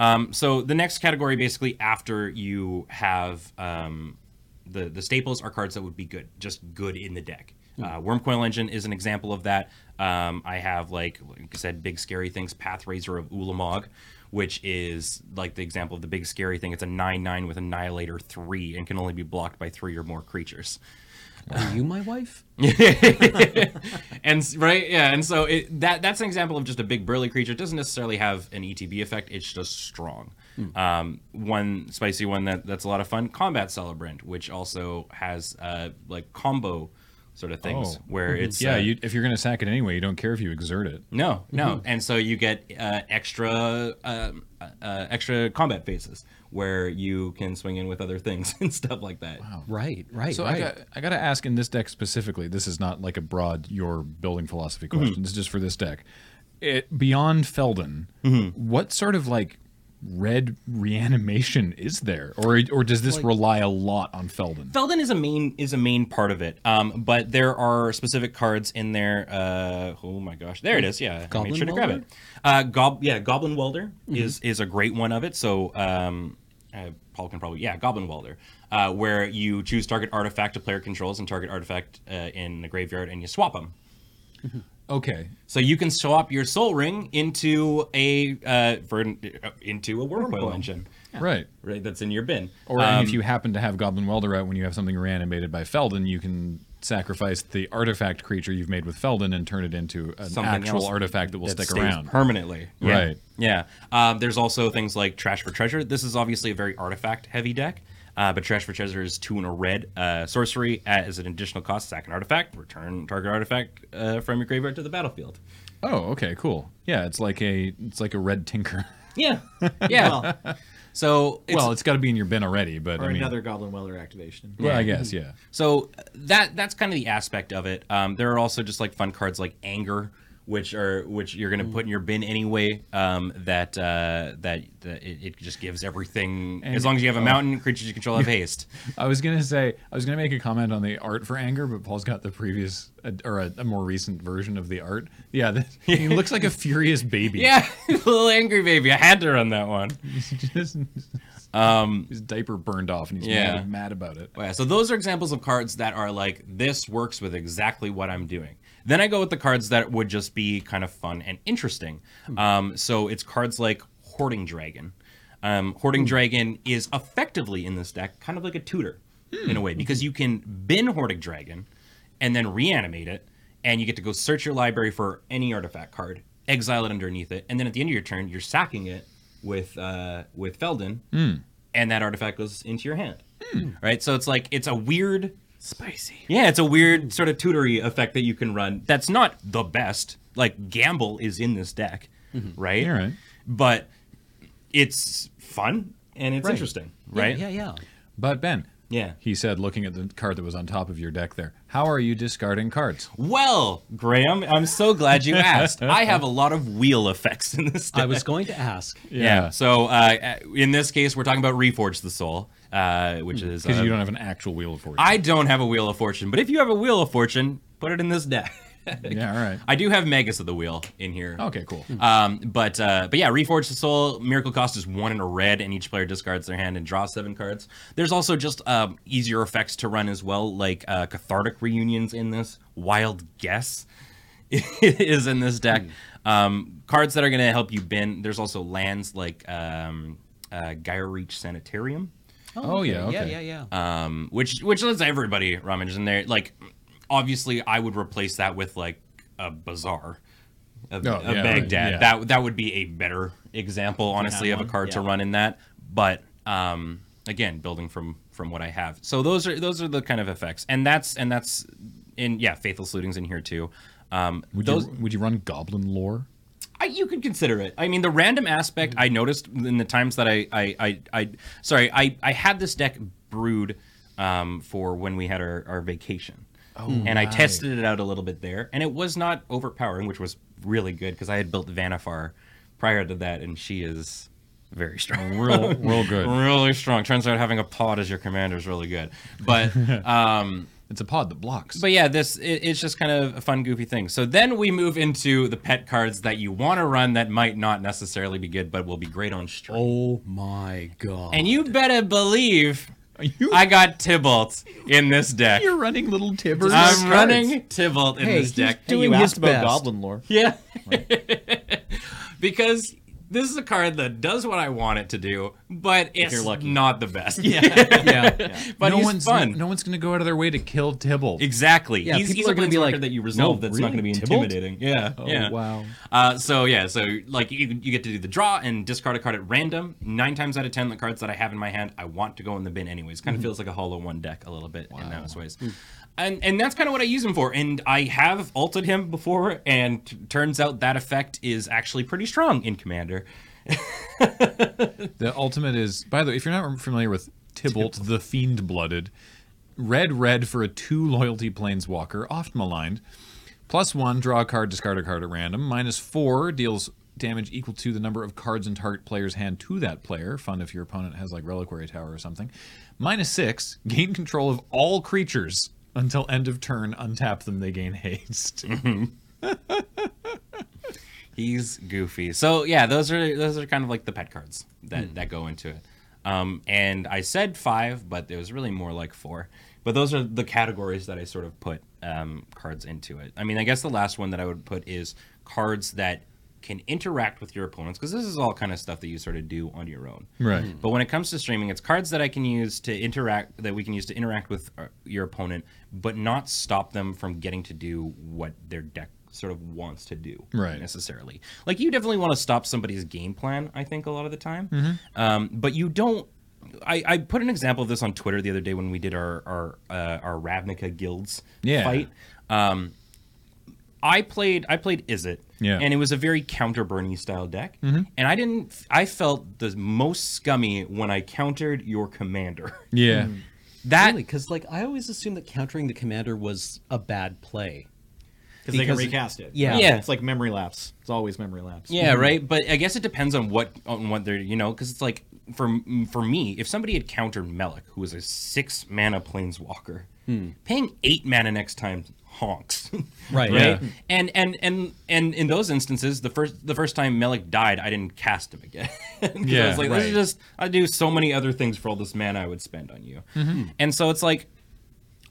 Um, so the next category, basically, after you have um, the the staples, are cards that would be good, just good in the deck. Uh, Worm Coil Engine is an example of that. Um, I have like, like I said, big scary things. Path Razor of Ulamog, which is like the example of the big scary thing. It's a nine nine with Annihilator three and can only be blocked by three or more creatures. Are you my wife? and s- right yeah and so it, that that's an example of just a big burly creature it doesn't necessarily have an etb effect it's just strong Hmm. um, one spicy one that that's a lot of fun combat celebrant which also has uh, like combo sort of things Oh. where it's Yeah, uh, you, Mm-hmm. if you're going to sack it anyway, you don't care if you exert it. no, no, and so you get uh, extra um, uh, uh, extra combat phases where you can swing in with other things and stuff like that. Right, right, So I right. got I got to ask in this deck specifically. This is not like a broad your building philosophy Mm-hmm. question. This is just for this deck. It, beyond Felden, Mm-hmm. what sort of like red reanimation is there, or or does this rely a lot on Felden? Felden is a main is a main part of it, um, but there are specific cards in there. Uh, oh my gosh, there it is. Yeah, I Goblin made sure to grab Welder? Mm-hmm. it. Uh, gob yeah, Goblin Welder is is a great one of it. So um, uh, Paul can probably yeah, Goblin Welder, uh, where you choose target artifact a player controls and target artifact uh, in the graveyard, and you swap them. Okay, So you can swap your Soul Ring into a uh, for, into a Worm Coil Engine, right. right? That's in your bin. Or Um, if you happen to have Goblin Welder out when you have something reanimated by Felden, you can sacrifice the artifact creature you've made with Felden and turn it into an Something actual else artifact that will that stick stays around. permanently. Yeah. Right. Yeah. Um, there's also things like Trash for Treasure. This is obviously a very artifact heavy deck, uh, but Trash for Treasure is two and a red uh, sorcery uh, as an additional cost. Sack an artifact, return target artifact uh, from your graveyard to the battlefield. oh, okay, cool. Yeah, it's like a it's like a red tinker. Yeah. Yeah. so it's, well, it's got to be in your bin already, but or I mean, another Goblin Weller activation. Well, I guess, yeah. So that that's kind of the aspect of it. Um, there are also just like fun cards like anger, which are which you're going to put in your bin anyway. Um, that uh, that, that it, it just gives everything as long as you have a mountain creatures you control have haste. I was gonna say I was gonna make a comment on the art for anger, but Paul's got the previous uh, or a, a more recent version of the art. Yeah, that, he looks like a furious baby. yeah, little angry baby. I had to run that one. Just- his diaper burned off, and he's Yeah. mad, mad about it. Oh, yeah. So those are examples of cards that are like this works with exactly what I'm doing. Then I go with the cards that would just be kind of fun and interesting. Um, so it's cards like Hoarding Dragon. Um, Hoarding Dragon is effectively in this deck kind of like a tutor in a way because you can bin Hoarding Dragon and then reanimate it, and you get to go search your library for any artifact card, exile it underneath it, and then at the end of your turn, you're sacking it with uh, with Felden, and that artifact goes into your hand. Right? So it's like it's a weird spicy. Yeah, it's a weird sort of tutory effect that you can run. That's not the best. Like gamble is in this deck, right? You're right. But it's fun and it's interesting, right? Yeah, yeah. yeah. But Ben, Yeah. he said, looking at the card that was on top of your deck there. How are you discarding cards? Well, Graham, I'm so glad you asked. I have a lot of wheel effects in this deck. I was going to ask. Yeah. So uh, in this case, we're talking about Reforge the Soul, uh, which is Because uh, Hmm, you don't have an actual wheel of fortune. I don't have a Wheel of Fortune, but if you have a Wheel of Fortune, put it in this deck. yeah, all right. I do have Magus of the Wheel in here. okay, cool. Um, but uh, but yeah, Reforged the Soul Miracle cost is one and a red, and each player discards their hand and draws seven cards. There's also just um, easier effects to run as well, like uh, Cathartic Reunions in this. Wild Guess is in this deck. Um, cards that are going to help you bin. There's also lands like um, uh, Gyre Reach Sanitarium Oh, yeah, Yeah, okay. yeah, yeah. um, which which lets everybody rummage in there. Like, obviously, I would replace that with like a bazaar, a, Oh, a yeah, Baghdad. yeah. That that would be a better example, honestly, of a one, card to yeah. run in that. But um, again, building from from what I have, so those are those are the kind of effects, and that's and that's in yeah, faithful slutings in here too. Um, Would, those you, would you run Goblin Lore? I, you could consider it. I mean, the random aspect I noticed in the times that I, I, I, I sorry, I, I had this deck brewed um, for when we had our, our vacation. Oh, and I tested it out a little bit there, and it was not overpowering, which was really good because I had built Vanifar prior to that, and she is very strong. Real, real good. really strong. Turns out having a pod as your commander is really good. But It's a pod that blocks. but yeah, this it, it's just kind of a fun, goofy thing. So then we move into the pet cards that you want to run that might not necessarily be good, but will be great on stream. Oh my god. and you better believe you, I got Tybalt in this deck. you're running little Tibbers. I'm running Tybalt in Hey, this he's deck. Hey, Doing you his asked about best. goblin lore. Yeah. because this is a card that does what I want it to do, but it's you're lucky. not the best. Yeah. yeah. But Uh, no he's one's fun. No one's gonna go out of their way to kill Tibble. Exactly. Yeah, he's people he's a are gonna be planeswalker like, that you resolve that's not going really? to be Tybalt? intimidating. Yeah. Oh, yeah. wow. Uh, so yeah, so like you, you get to do the draw and discard a card at random. Nine times out of ten, the cards that I have in my hand, I want to go in the bin anyways. Mm-hmm. Kind of feels like a Hollow One deck a little bit in those ways. Hmm. And and that's kind of what I use him for. And I have alted him before, and t- turns out that effect is actually pretty strong in Commander. The ultimate is, by the way, if you're not familiar with Tybalt, the Fiend Blooded, red, red for a two loyalty planeswalker, oft maligned. Plus one, draw a card, discard a card at random. Minus four, deals damage equal to the number of cards in target player's hand to that player. Fun if your opponent has like Reliquary Tower or something. Minus six, gain control of all creatures until end of turn. Untap them, they gain haste. He's goofy. So yeah, those are those are kind of like the pet cards that that go into it. Um, and I said five, but it was really more like four. But those are the categories that I sort of put um, cards into it. I mean, I guess the last one that I would put is cards that can interact with your opponents because this is all kind of stuff that you sort of do on your own. Right. Mm. But when it comes to streaming, it's cards that I can use to interact that we can use to interact with uh, your opponent, but not stop them from getting to do what their deck sort of wants to do Right. necessarily. Like you definitely want to stop somebody's game plan. I think a lot of the time, Mm-hmm. um, but you don't. I, I put an example of this on Twitter the other day when we did our our uh, our Ravnica guilds Yeah. fight. Um, I played I played Izzet, Yeah. Mm-hmm. and it was a very counter Bernie style deck, and I didn't. I felt the most scummy when I countered your commander. Yeah. That Because like I always assumed that countering the commander was a bad play. because they can because- recast it. yeah. Yeah. It's like memory lapse. It's always memory lapse. Yeah, right. But I guess it depends on what on what they're you know because it's like for for me, if somebody had countered Melek, who was a six mana planeswalker, paying eight mana next time honks, Right. right? Yeah. And and and and in those instances, the first the first time Melek died, I didn't cast him again. 'Cause I Yeah, was like, this right. is just I do so many other things for all this mana I would spend on you, Mm-hmm. and so it's like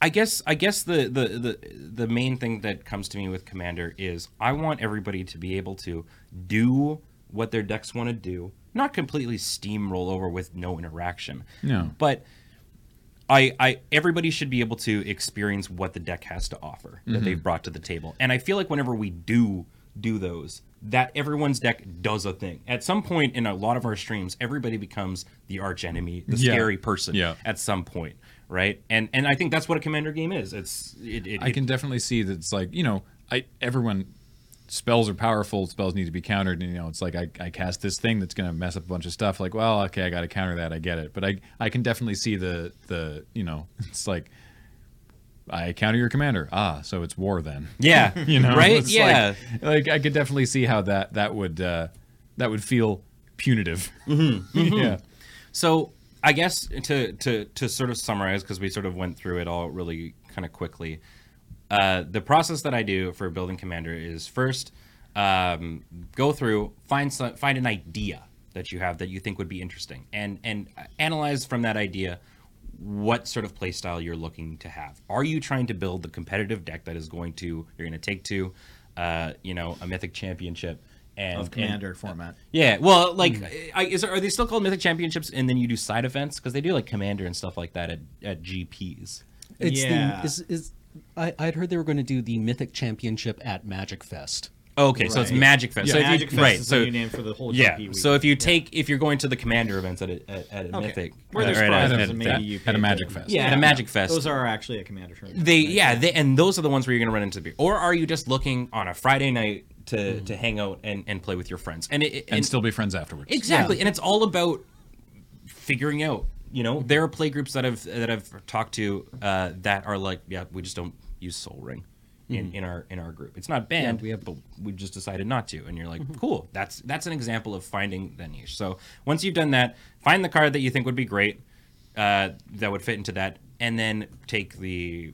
I guess I guess the, the the the main thing that comes to me with Commander is I want everybody to be able to do what their decks want to do, not completely steamroll over with no interaction. No. But I, I everybody should be able to experience what the deck has to offer Mm-hmm. that they've brought to the table. And I feel like whenever we do do those, that everyone's deck does a thing. At some point in a lot of our streams, everybody becomes the arch enemy, the Yeah. scary person Yeah. at some point, right? And and I think that's what a commander game is. It's it, it, I can definitely see that it's like you know, I everyone spells are powerful. Spells need to be countered, and you know, it's like I, I cast this thing that's going to mess up a bunch of stuff. Like, well, okay, I got to counter that. I get it, but I I can definitely see the the you know, it's like I counter your commander. Ah, so it's war then. yeah, You know, right? It's yeah. Like, like, I could definitely see how that that would uh, that would feel punitive. yeah. So I guess to to to sort of summarize because we sort of went through it all really kind of quickly. Uh, the process that I do for building commander is first um, go through find some, find an idea that you have that you think would be interesting and and analyze from that idea what sort of playstyle you're looking to have. Are you trying to build the competitive deck that is going to you're going to take to uh, you know a mythic championship and Of and- commander format. yeah, well, like, eh, I, is there, are they still called Mythic Championships? And then you do side events because they do like Commander and stuff like that at, at GPs. It's Yeah. the is is I I'd heard they were going to do the Mythic Championship at Magic Fest. Okay, so it's Right. Magic Fest. Yeah. so if you- Magic Fest right? is So the new name for the whole yeah. GP week. So if you take if you're going to the Commander events at a, at, at a Mythic, Where there's uh, right, prizes at- at- and maybe at- you at a pay magic to- fest. yeah, at a Magic Fest, Those are actually a commander term. They yeah, they, and those are the ones where you're going to run into people. Or are you just looking on a Friday night to Hmm. to hang out and, and play with your friends? And it, it- And, still be friends afterwards. Exactly, and it's all about figuring out. You know, there are play groups that I've that I've talked to uh, that are like, yeah, we just don't use Soul Ring in, in our in our group. It's not banned. we have, but we just decided not to. And you're like, cool. That's that's an example of finding the niche. So once you've done that, find the card that you think would be great, uh, that would fit into that, and then take the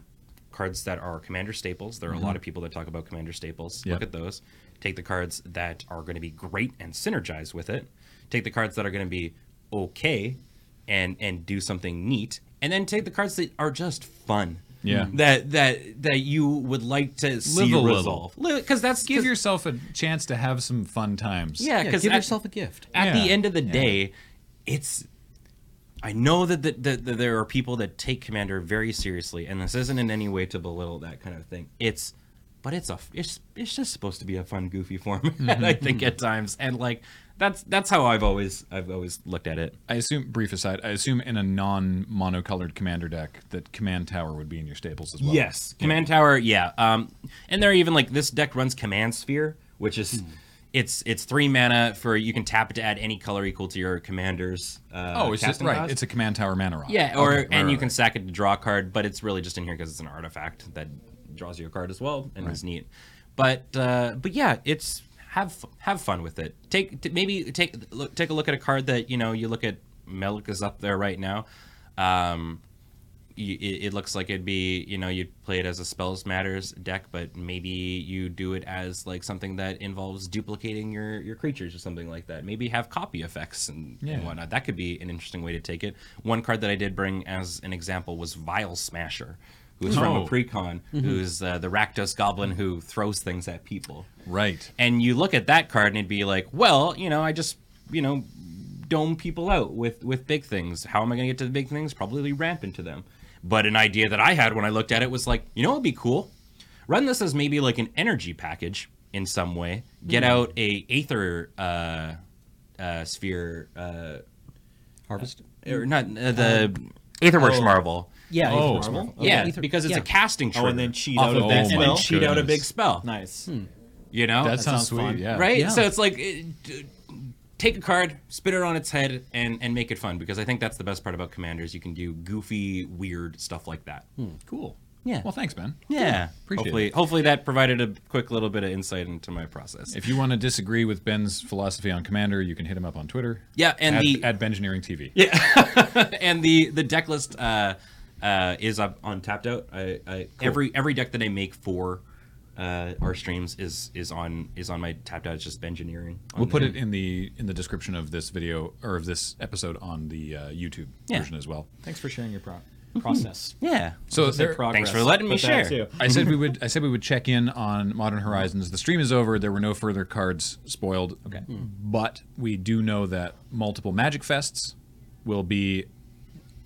cards that are commander staples. There are a lot of people that talk about commander staples. Look Mm-hmm. Yep. at those. Take the cards that are going to be great and synergize with it. Take the cards that are going to be okay and and do something neat. And then take the cards that are just fun. Yeah. That that that you would like to see a little. resolve. Because that's Give cause, yourself a chance to have some fun times. yeah. Because give yourself a gift. at the Yeah. end of the Yeah. day, it's. I know that, that, that, that there are people that take Commander very seriously, and this isn't in any way to belittle that kind of thing. It's, but it's a it's it's just supposed to be a fun, goofy format, I Mm-hmm. think at times, and like that's that's how I've always I've always looked at it. I assume brief aside. I assume in a non-monocolored commander deck that command tower would be in your staples as well. Yes, command tower. Yeah, um, and there are even like this deck runs command sphere, which is Hmm. it's it's three mana for you can tap it to add any color equal to your commander's. Uh, Oh, it's just casting right. cost. It's a command tower mana rock. Yeah, or Okay, right, and right, you can right. sack it to draw a card, but it's really just in here because it's an artifact that draws you a card as well and is neat. But uh, but yeah, it's have f- have fun with it. Take t- maybe take look, take a look at a card that you know you look at Melik is up there right now. Um, you, it, it looks like it'd be you know you'd play it as a spells matters deck, but maybe you do it as like something that involves duplicating your your creatures or something like that. Maybe have copy effects and, Yeah. and whatnot. That could be an interesting way to take it. One card that I did bring as an example was Vile Smasher, who's from a Oh. precon, who's uh, the Rakdos Goblin who throws things at people Right. and you look at that card and it'd be like, well, you know, I just, you know, dome people out with with big things. How am I going to get to the big things? Probably ramp into them. But an idea that I had when I looked at it was like, you know, it'd be cool. Run this as maybe like an energy package in some way. Get out a aether uh, uh, sphere, uh, Harvest. or not uh, the aetherworks marvel. Yeah. Oh. Aether Marvel. Yeah, Aether- because it's yeah. a casting. Oh, trigger and then cheat off out of that that and spell? then cheat out a big Goodness. spell. nice. Hmm. You know, That, sounds, sounds sweet. fun. Yeah. right? Yeah. So it's like it, d- take a card, spit it on its head, and and make it fun because I think that's the best part about commanders. You can do goofy, weird stuff like that. Cool. Yeah. Well, thanks, Ben. Hmm. yeah. appreciate hopefully, hopefully that provided a quick little bit of insight into my process. If you want to disagree with Ben's philosophy on Commander, you can hit him up on Twitter. Yeah, and at, the- at Bengineering TV. and the the deck list uh, uh, is up on tapped out. I, I every every deck that I make for uh, our streams is is on is on my tapped out. It's just engineering. We'll put Mm-hmm. it in the in the description of this video or of this episode on the uh, YouTube Yeah. version as well. Thanks for sharing your pro- process. Yeah. So Say there, progress, Hmm. Thanks for letting me but that share. too. I said we would. I said we would check in on Modern Horizons. The stream is over. There were no further cards spoiled. Okay, but we do know that multiple Magic Fests will be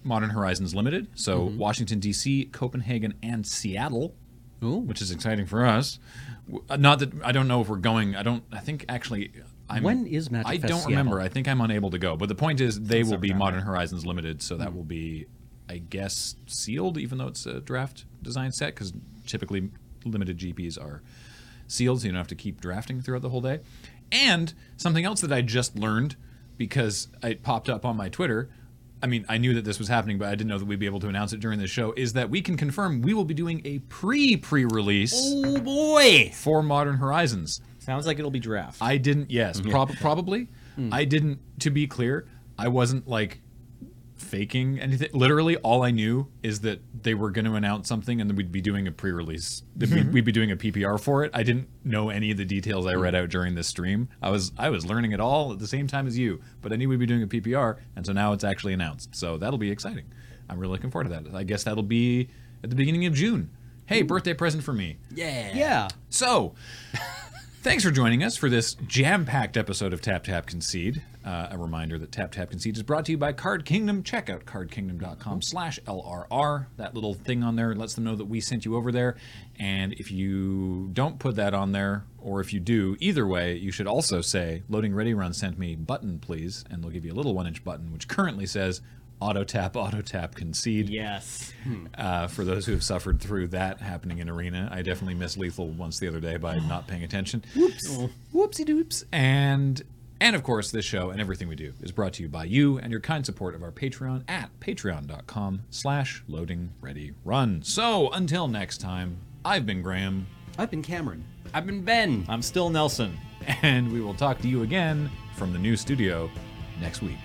Modern Horizons limited. So Washington D.C., Copenhagen, and Seattle, which is exciting for us. W- uh, Not that I don't know if we're going. I don't. I think actually. I'm, When is Magic I Fest don't Seattle? remember. I think I'm unable to go. But the point is, they will be Modern Horizons limited, so Hmm. that will be, I guess, sealed, even though it's a draft design set, because typically limited GPs are sealed, so you don't have to keep drafting throughout the whole day. And something else that I just learned because it popped up on my Twitter. I mean, I knew that this was happening, but I didn't know that we'd be able to announce it during the show. Is that we can confirm we will be doing a pre pre release Oh boy. for Modern Horizons. Sounds like it'll be draft. I didn't. Yes, prob- probably. I didn't. To be clear, I wasn't like faking anything. Literally, all I knew is that they were going to announce something, and that we'd be doing a pre-release. that we'd, we'd be doing a PPR for it. I didn't know any of the details I read out during this stream. I was I was learning it all at the same time as you, but I knew we'd be doing a PPR, and so now it's actually announced. So that'll be exciting. I'm really looking forward to that. I guess that'll be at the beginning of June. Hey, birthday present for me. Yeah. Yeah. So, thanks for joining us for this jam-packed episode of Tap Tap Concede. Uh, a reminder that Tap Tap Concede is brought to you by Card Kingdom. Check out cardkingdom.com slash LRR. That little thing on there lets them know that we sent you over there. And if you don't put that on there, or if you do, either way, you should also say, Loading Ready Run sent me button, please. And they'll give you a little one-inch button, which currently says, Auto tap, auto tap, concede yes. uh, for those who have suffered through that happening in arena. I definitely missed lethal once the other day by not paying attention. Whoops, whoopsie doops, and and of course this show and everything we do is brought to you by you and your kind support of our Patreon at patreon.com/slash loading ready run. So until next time, I've been Graham, I've been Cameron. I've been Ben. I'm still Nelson. and we will talk to you again from the new studio next week.